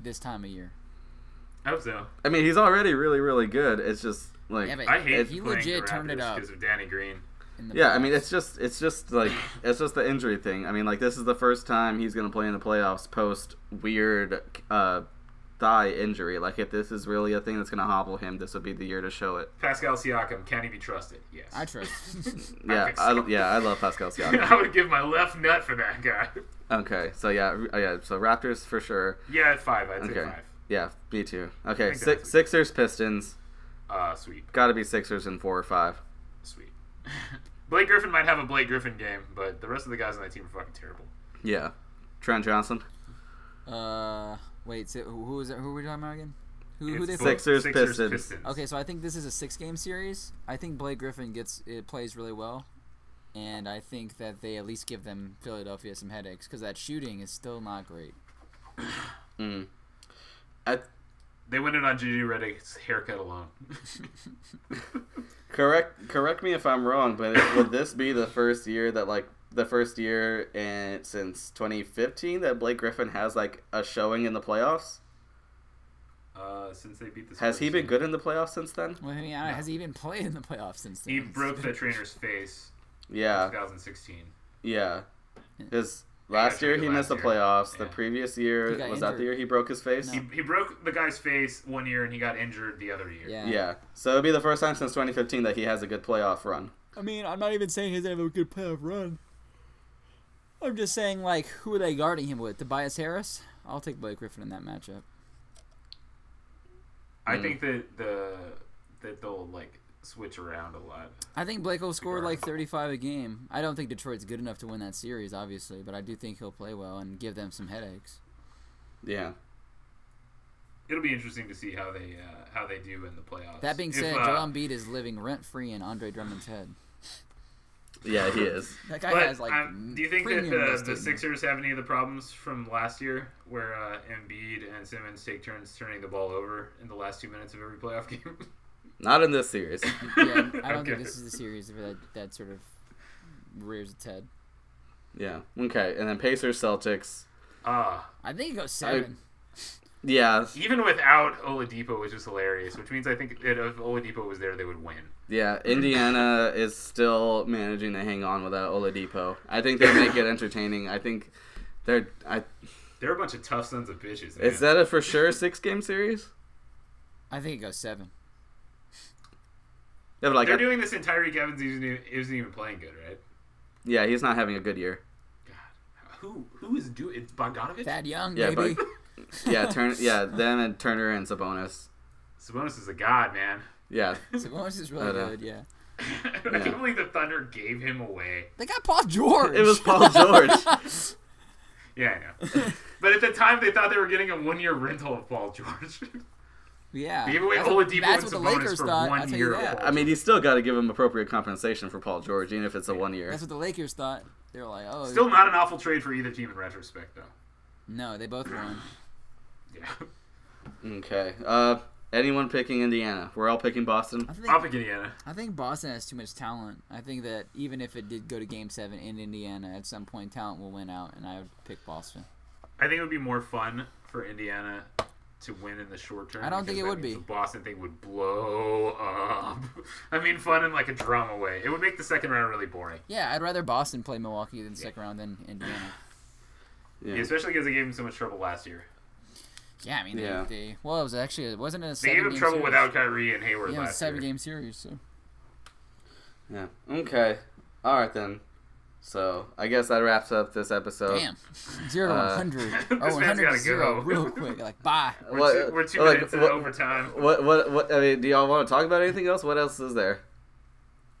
C: this time of year.
B: I hope so.
A: I mean, he's already really really good. It's just like
C: Yeah, but
B: I hate
C: he
B: playing
C: legit
B: the
C: turned it up.
B: because of Danny Green.
C: In the
A: Yeah, I mean,
C: playoffs.
A: it's just it's just like it's just the injury thing. I mean, like this is the first time he's gonna play in the playoffs post weird uh, thigh injury. Like, if this is really a thing that's gonna hobble him, this would be the year to show it.
B: Pascal Siakam, can he be trusted? Yes.
C: I trust.
A: Yeah,
B: think
A: I,
B: so.
A: yeah, I love Pascal Siakam.
B: I would give my left nut for that guy.
A: okay, so yeah, r- oh, yeah, so Raptors for sure.
B: Yeah, at five. I'd say
A: Okay,
B: five.
A: yeah, me too. Okay,
B: think
A: six,
B: that's-
A: Sixers Pistons.
B: Uh, sweet.
A: Got to be Sixers in four or five.
B: Sweet. Blake Griffin might have a Blake Griffin game, but the rest of the guys on that team are fucking terrible.
A: Yeah, Trent Johnson.
C: uh, wait, so who who is it? Who are we talking about again? Who who
B: It's
C: they
B: both
C: play?
A: Sixers, Pistons.
C: Okay, so I think this is a six-game series. I think Blake Griffin gets it plays really well, and I think that they at least give them Philadelphia some headaches because that shooting is still not great.
A: I,
B: They win it on Gigi Reddick's haircut alone.
A: Correct correct me if I'm wrong, but it, would this be the first year that like the first year and since 2015 that Blake Griffin has like a showing in the playoffs?
B: Uh, since they beat the
A: Has he
B: Spurs.
A: been good in the playoffs since then?
C: Well, I mean, I- has he even played in the playoffs since then?
B: He broke the trainer's face in
A: Yeah,
B: 2016.
A: yeah. His last year he missed the playoffs. The
B: Yeah.
A: previous
C: He
A: year
C: got
A: was that
C: injured.
A: the year he broke his face?
B: He, he broke the guy's face one year and he got injured the other year.
C: Yeah.
A: Yeah. So it'd be the first time since 2015 that he has a good playoff run.
C: I mean, I'm not even saying he's gonna have a good playoff run. I'm just saying, like, who are they guarding him with? Tobias Harris? I'll take Blake Griffin in that matchup.
B: I think that the that they'll like switch around a lot.
C: I think Blake will score like 35 a game. I don't think Detroit's good enough to win that series, obviously, but I do think he'll play well and give them some headaches.
A: Yeah.
B: It'll be interesting to see how they uh, how they do in the playoffs.
C: That being
B: If,
C: said,
B: uh,
C: Joel Embiid is living rent free in Andre Drummond's head.
A: Yeah, he is.
C: That guy
B: But
C: has like.
B: um, do you think that
C: premium
B: the,
C: invested
B: the
C: in him.
B: Sixers have any of the problems from last year, where uh, Embiid and Simmons take turns turning the ball over in the last two minutes of every playoff game?
A: Not in this series.
C: Yeah, I don't
B: Okay.
C: think this is the series where that, that sort of rears its head.
A: Yeah. Okay. And then Pacers Celtics.
B: Ah,
C: I think it goes seven.
A: Yeah.
B: even without Oladipo was just hilarious, which means I think that if Oladipo was there, they would win.
A: Yeah, Indiana is still managing to hang on without Oladipo. I think they make it entertaining. I think they're. I,
B: They're a bunch of tough sons of bitches. Man.
A: is that a for sure six game series?
C: I think it goes seven.
A: Yeah, but like,
B: They're
A: I-
B: doing this and Tyreek Evans isn't even, isn't even playing good, right?
A: yeah, he's not having a good year.
B: God, who who is doing? It's Bogdanovich.
C: Thad Young,
A: Yeah,
C: maybe.
A: but yeah, turn yeah, them and Turner and Sabonis.
B: Sabonis is a god, man.
A: Yeah,
C: Sabonis is really
A: I know.
C: good, yeah.
B: I can't believe the Thunder gave him away.
C: They got Paul George.
A: it was Paul George.
B: Yeah, I know. but at the time, they thought they were getting a one-year rental of Paul George.
C: yeah.
B: They gave away
C: that's what,
B: Oladipo and
C: that's what
B: Sabonis
C: the Lakers
B: for
C: thought.
B: one
C: I'll tell
B: year.
C: you that.
A: I mean, you still got to give him appropriate compensation for Paul George, even if it's a one year.
C: That's what the Lakers thought. They were like, oh,
B: Still not an awful trade for either team in retrospect, though.
C: no, they both won.
B: Yeah,
A: Okay. Uh, anyone picking Indiana? We're all picking Boston.
C: I think,
B: I'll pick Indiana.
C: I think Boston has too much talent. I think that even if it did go to Game 7 in Indiana, at some point talent will win out, and I would pick Boston.
B: I think it would be more fun for Indiana to win in the short term.
C: I don't think
B: because
C: it
B: that
C: would
B: means
C: be.
B: The Boston thing would blow up. I mean, fun in like a drama way. It would make the second round really boring,
C: Yeah, I'd rather Boston play Milwaukee than second round than Indiana.
A: Yeah.
B: especially because they gave him so much trouble last year.
C: Yeah, I mean,
A: Yeah.
C: They, they, well, it was actually, it wasn't it a
B: They
C: seven
B: gave him
C: game
B: trouble
C: series?
B: without Kyrie and Hayward
C: Yeah, it was a
B: last year.
C: seven game series, so.
A: Yeah. Okay. All right then. So I guess that wraps up this episode.
C: Damn. Zero to
A: Uh,
C: 100.
B: this
C: Or
B: man's
C: 100
B: gotta
C: to
B: go.
C: zero real quick. Like, bye.
B: We're
A: What-
B: two, we're two
A: like,
B: minutes in
A: what-
B: overtime.
A: What what what? I mean, do y'all want to talk about anything else? What else is there?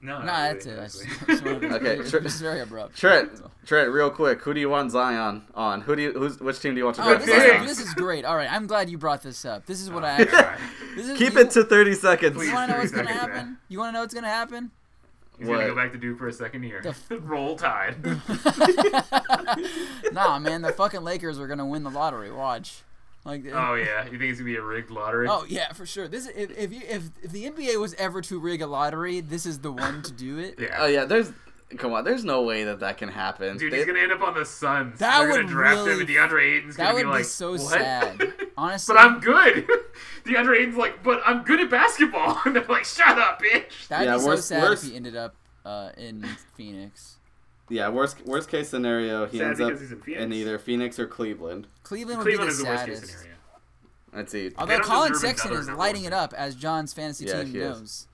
B: No, not
C: No, that's
B: really,
C: it. I
B: honestly.
C: just, I just wanted to
A: Okay,
C: It
A: Tre-
C: was very abrupt.
A: Trent, Trent, real quick, who do you want Zion on? Who do you who's which team do you want to
C: Oh,
A: pick?
C: this
B: Dang.
C: is, this is great. All right, I'm glad you brought this up. This is what I.
B: All right.
C: This is,
A: Oh. Keep
C: you,
A: it to thirty seconds.
B: Please.
C: You want to know what's gonna
B: Exactly.
C: happen? You want to know what's gonna happen?
B: He's gonna
A: What?
B: go back to Duke for a second year.
C: The f-
B: Roll Tide.
C: nah, man, the fucking Lakers are gonna win the lottery. Watch, like,
B: oh yeah, you think it's gonna be a rigged lottery?
C: oh, yeah, for sure. This if if, you, if if the NBA was ever to rig a lottery, this is the one to do it.
B: yeah.
A: Oh yeah, there's come on, there's no way that that can happen.
B: Dude,
A: They-
B: he's gonna end up on the Suns.
C: That
B: They're
C: would
B: gonna draft him,
C: really-
B: and DeAndre Ayton's
C: That
B: gonna
C: would
B: be like,
C: be so
B: "What?"
C: sad. Honestly,
B: but I'm good. DeAndre Ayton's like, but I'm good at basketball, and they're like, shut up, bitch.
C: that'd
A: Yeah,
C: be so
A: worse-
C: sad
A: worse-
C: if he ended up uh, in Phoenix.
A: yeah, worst worst case scenario, he
B: Sad
A: ends up
B: because he's in Phoenix.
A: either Phoenix or Cleveland.
C: Cleveland would
B: Cleveland
C: be the
B: is the worst case
C: saddest.
B: scenario.
A: Let's see.
C: Although
B: don't
C: Colin
B: deserve
C: Sexton
B: another
C: is
B: number
C: lighting
B: one
C: it up as John's fantasy
A: Yeah,
C: team
A: he is.
C: knows.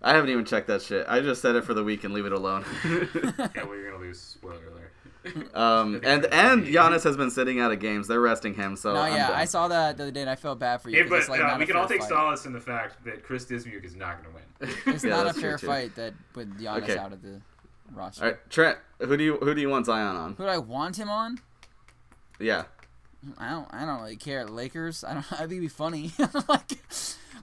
A: I haven't even checked that shit. I just said it for the week and leave it alone.
B: yeah, well, you're gonna lose. Spoiler alert.
A: um, and and Giannis has been sitting out of games. They're resting him, so
C: no,
A: Oh, I'm
C: yeah,
A: done.
C: I saw that the other day and I felt bad for you.
B: Yeah,
C: 'cause
B: but
C: it's like
B: uh,
C: not
B: we
C: a
B: can all
C: fair
B: take
C: fight.
B: solace in the fact that Chris Dismuke is not gonna win.
C: It's
A: Yeah,
C: not a
A: that's true,
C: fair
A: too.
C: fight that with Giannis
A: Okay.
C: out of the roster.
A: All right, Trent, who do you who do you want Zion on?
C: Who do I want him on?
A: Yeah,
C: I don't. I don't really care. Lakers. I don't. I think it'd be funny. like,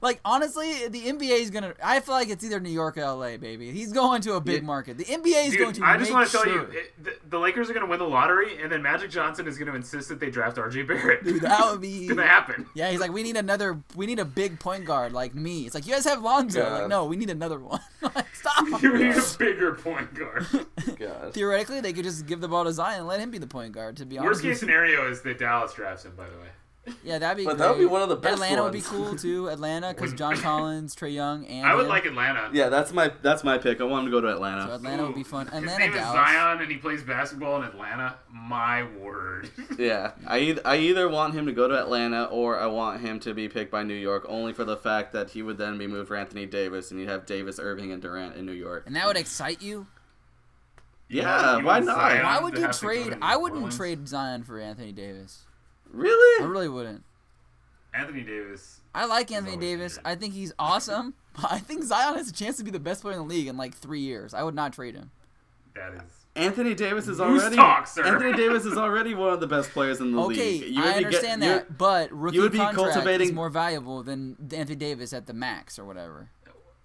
C: like honestly, the NBA is gonna. I feel like it's either New York or LA, baby. He's going to a big
A: Yeah.
C: market. The NBA is going
B: Dude,
C: to.
B: I just
C: want
B: want to tell you, it, the, the Lakers are going to win the lottery, and then Magic Johnson is going to insist that they draft RJ Barrett.
C: Dude, that would be.
B: it's going to happen.
C: Yeah, he's like, we need another. We need a big point guard like me. It's like you guys have Lonzo.
A: God.
C: Like, no, we need another one. like, stop.
B: You need a bigger point guard.
A: God.
C: Theoretically, they could just give the ball to Zion and let him be the point guard. To be honest,
B: Worst case scenario is that Dallas drafts him. By the way,
C: yeah, that'd be.
A: But
C: great.
A: that would be one of the best
C: Atlanta would be
A: ones.
C: cool too. Atlanta, because John Collins, Trey Young, and
B: I would
C: him.
B: like Atlanta.
A: Yeah, that's my that's my pick. I want him to go to
C: So
A: Atlanta.
C: Atlanta would be fun.
B: His
C: Atlanta,
B: name
C: Dallas.
B: is Zion, and he plays basketball in Atlanta. My word.
A: Yeah, I either, I either want him to go to Atlanta or I want him to be picked by New York, only for the fact that he would then be moved for Anthony Davis, and you'd have Davis, Irving, and Durant in New York.
C: And that would excite you.
A: Yeah, why
B: want
A: not?
B: Zion
C: Why
B: to
C: would you
B: have to go to
C: trade?
B: New
C: I wouldn't
B: Orleans?
C: trade Zion for Anthony Davis. I
A: Really?
C: really wouldn't.
B: Anthony Davis.
C: I like Anthony
B: always
C: Davis.
B: injured.
C: I think he's awesome. But I think Zion has a chance to be the best player in the league in like three years. I would not trade him.
B: That is.
A: Anthony Davis is
B: Loose
A: already
B: talk, sir.
A: Anthony Davis is already one of the best players in the
C: Okay,
A: league.
C: I
A: be get-
C: understand
A: you-
C: that, but rookie
A: would be
C: contract is
A: cultivating-
C: more valuable than Anthony Davis at the max or whatever.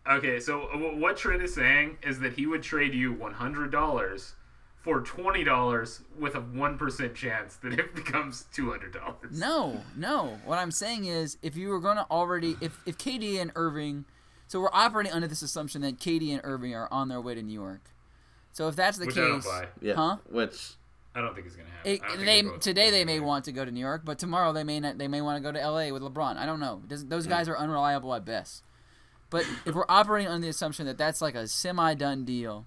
B: Okay, so w- what Trent is saying is that he would trade you one hundred dollars for twenty dollars with a one percent chance that it becomes two hundred dollars.
C: No, no. What I'm saying is, if you were going to already, if if KD and Irving, so we're operating under this assumption that KD and Irving are on their way to New York. So if that's the
B: Which I don't
C: case,
B: buy.
A: yeah,
C: huh?
A: which
B: I don't think it's gonna happen.
C: It,
B: I don't think
C: they
B: they're both-
C: today they may want to go to New York, but tomorrow they may not. They may want to go to L.A. with LeBron. I don't know. It doesn't-
B: Hmm.
C: those guys are unreliable at best. But if we're operating under the assumption that that's like a semi-done deal,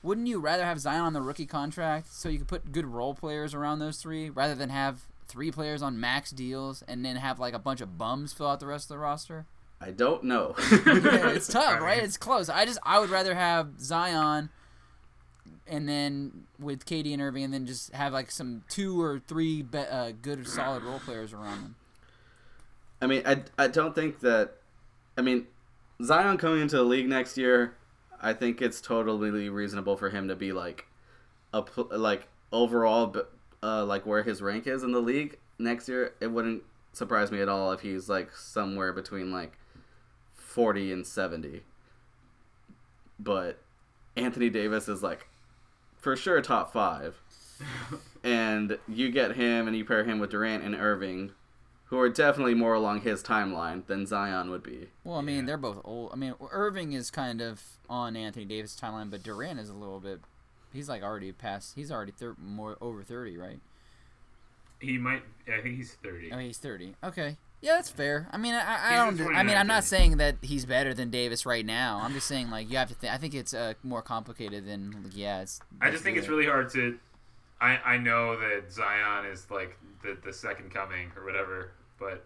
C: wouldn't you rather have Zion on the rookie contract so you could put good role players around those three rather than have three players on max deals and then have like a bunch of bums fill out the rest of the roster?
A: I don't know.
C: Yeah, it's tough,
B: I
C: right?
B: mean-
C: It's close. I just I would rather have Zion and then with Katie and Irving, and then just have like some two or three be- uh, good solid role players around them.
A: I mean, I, I don't think that. I mean, Zion coming into the league next year, I think it's totally reasonable for him to be like a pl- like overall, b- uh, like where his rank is in the league next year. It wouldn't surprise me at all if he's like somewhere between like forty and seventy. But Anthony Davis is like for sure top five. and you get him and you pair him with Durant and Irving, who are definitely more along his timeline than Zion would be.
C: Well, I mean, they're both old. I mean, Irving is kind of on Anthony Davis' timeline, but Durant is a little bit. He's like already past. He's already thir- more over thirty, right?
B: He might. I think Oh, he's thirty.
C: I mean, he's thirty. Okay. Yeah, that's fair. I mean, I, I
B: He's in
C: don't. I mean,
B: 29,
C: I'm not
B: dude.
C: saying that he's better than Davis right now. I'm just saying like you have to. Th- I think it's uh, more complicated than like, yeah. It's.
B: I just think
C: yeah.
B: it's really hard to. I I know that Zion is like the the second coming or whatever, but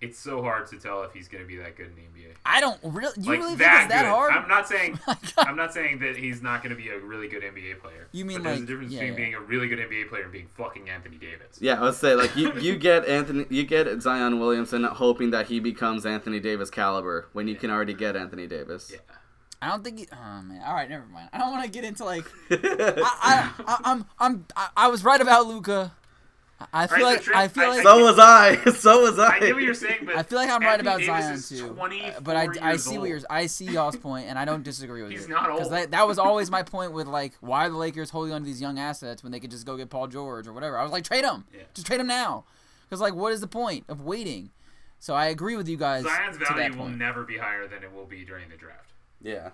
B: it's so hard to tell if he's gonna be that good in the NBA.
C: I don't really. You
B: like
C: really think
B: that
C: it's that
B: good.
C: hard?
B: I'm not saying
C: God.
B: I'm not saying that he's not going to be a really good NBA player.
C: You mean
B: but there's a
C: like-
B: difference
C: yeah,
B: between
C: yeah.
B: being a really good NBA player and being fucking Anthony Davis.
A: Yeah, I would say like you, you get Anthony you get Zion Williamson hoping that he becomes Anthony Davis caliber when you can already get Anthony Davis.
B: Yeah.
C: I don't think. He, oh man. All right. Never mind. I don't want to get into like. I, I, I, I'm. I'm. I, I was right about Luca. I
B: All
C: feel
B: right,
C: like
B: so Trent-
C: I feel
B: I-
C: like
B: I-
A: So was I. So was I.
B: I get what you're saying, but
C: I feel like I'm right
B: Anthony
C: about
B: Davis
C: Zion
B: is
C: too.
B: 24
C: but I, I
B: years
C: see
B: old.
C: what you're I see y'all's point, and I don't disagree with
B: He's
C: you.
B: not old.
C: that, that was always my point with like why are the Lakers holding on to these young assets when they could just go get Paul George or whatever. I was like trade him,
B: Yeah.
C: just trade him now, because like what is the point of waiting? So I agree with you guys.
B: Zion's
C: to that
B: value will
C: point.
B: never be higher than it will be during the draft.
A: yeah.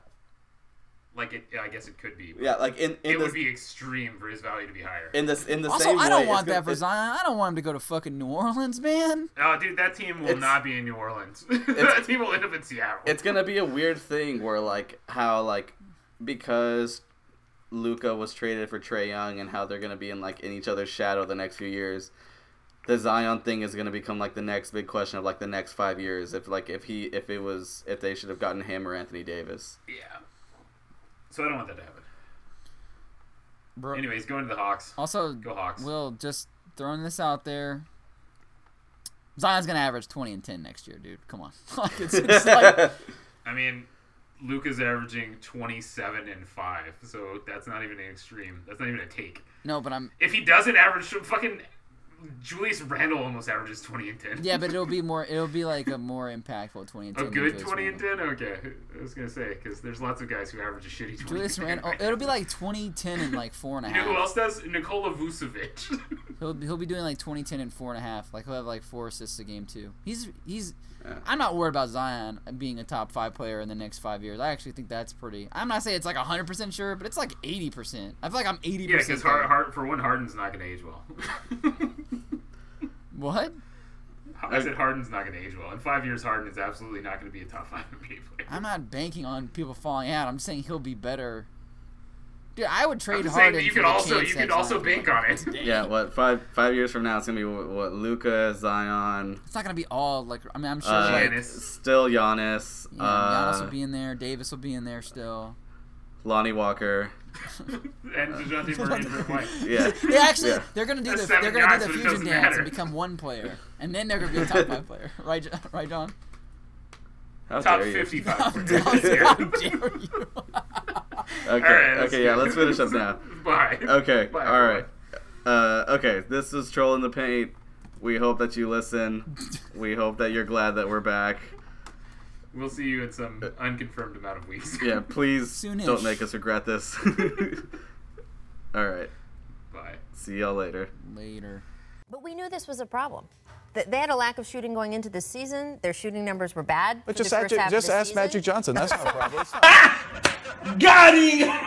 B: Like it, I guess it could be. but
A: Yeah. Like in in
B: It
A: this
B: would be extreme for his value to be higher.
A: in this in the
C: also,
A: same
C: I don't
A: way,
C: want
A: it's gonna-
C: that for
A: it's-
C: Zion. I don't want him to go to fucking New Orleans, man.
B: Oh, dude, that team will
A: It's-
B: not be in New Orleans. that team will end up in Seattle.
A: it's gonna be a weird thing where like how like because Luca was traded for Trey Young and how they're gonna be in like in each other's shadow the next few years. The Zion thing is gonna become like the next big question of like the next five years if like if he if it was if they should have gotten him or Anthony Davis.
B: yeah. So I don't want that to happen.
C: Bro.
B: Anyways, going to the Hawks.
C: Also,
B: Go Hawks.
C: Will just throwing this out there. Zion's gonna average twenty and ten next year, dude. Come on, like it's, it's like
B: I mean, Luca's averaging 27 and 5, so that's not even an extreme. That's not even a take.
C: no, but I'm
B: If he doesn't average, fucking Julius Randle almost averages 20 and 10.
C: Yeah, but it'll be more. It'll be like a more impactful twenty and
B: A
C: ten. than
B: good
C: Julius
B: 20 and
C: Randle.
B: 10? Okay. I was going to say, because there's lots of guys who average a shitty 20
C: Julius
B: and 10.
C: Randle. oh, It'll be like 20, 10, and like four and a
B: You know who
C: half.
B: else does? Nikola Vucevic.
C: He'll be- he'll be doing like 20, 10, and four and a half. Like he'll have like four assists a game too. He's he's.
A: Yeah.
C: I'm not worried about Zion being a top five player in the next five years. I actually think that's pretty. I'm not saying it's like hundred percent sure, but it's like eighty percent. I feel like I'm eighty
B: yeah,
C: percent.
B: because Har- Har- for one, Harden's not going to age well.
C: What?
B: I said Harden's not going to age well. In five years, Harden is absolutely not going to be a top five NBA player.
C: I'm not banking on people falling out. I'm saying he'll be better. Dude, I would trade
B: I'm saying
C: Harden.
B: that you
C: for
B: could
C: the
B: also
C: chance
B: you
C: that
B: could also
C: Zion-
B: bank on it.
A: Yeah, what five five years from now it's gonna be what, what Luca, Zion,
C: It's not gonna be all like. I mean, I'm sure.
A: uh,
C: like,
B: Giannis.
A: still Giannis,
C: Yeah, Giannis will
A: uh,
C: be in there. Davis will be in there still.
A: Lonnie Walker.
B: and Dejounte Murray and Brett White.
A: Yeah,
C: They actually,
A: Yeah.
C: they're gonna do
B: That's
C: the
B: seven
C: they're gonna
B: guys,
C: do the
B: but it
C: fusion
B: doesn't
C: dance
B: matter.
C: and become one player, and then they're gonna be a top five player, right? Jo- Right, John?
A: How
B: Top
A: dare you?
B: 55.
C: How
B: players.
C: dare how dare you?
A: Okay,
B: All right,
A: okay, yeah, let's finish up now.
B: Bye.
A: Okay,
B: Bye,
A: all right.
B: everyone.
A: Uh, okay, this is Troll in the Paint. We hope that you listen. We hope that you're glad that we're back.
B: We'll see you in some unconfirmed amount of weeks.
A: Yeah, please
C: Soonish.
A: don't make us regret this. all right,
B: Bye.
A: see y'all later.
C: Later.
D: But we knew this was a problem. Th- They had a lack of shooting going into this season. Their shooting numbers were bad.
E: But
D: through
E: just
D: the
E: ask,
D: first half of
E: just
D: the
E: ask
D: season.
E: Magic Johnson. That's not a problem. It's not-
F: Got him!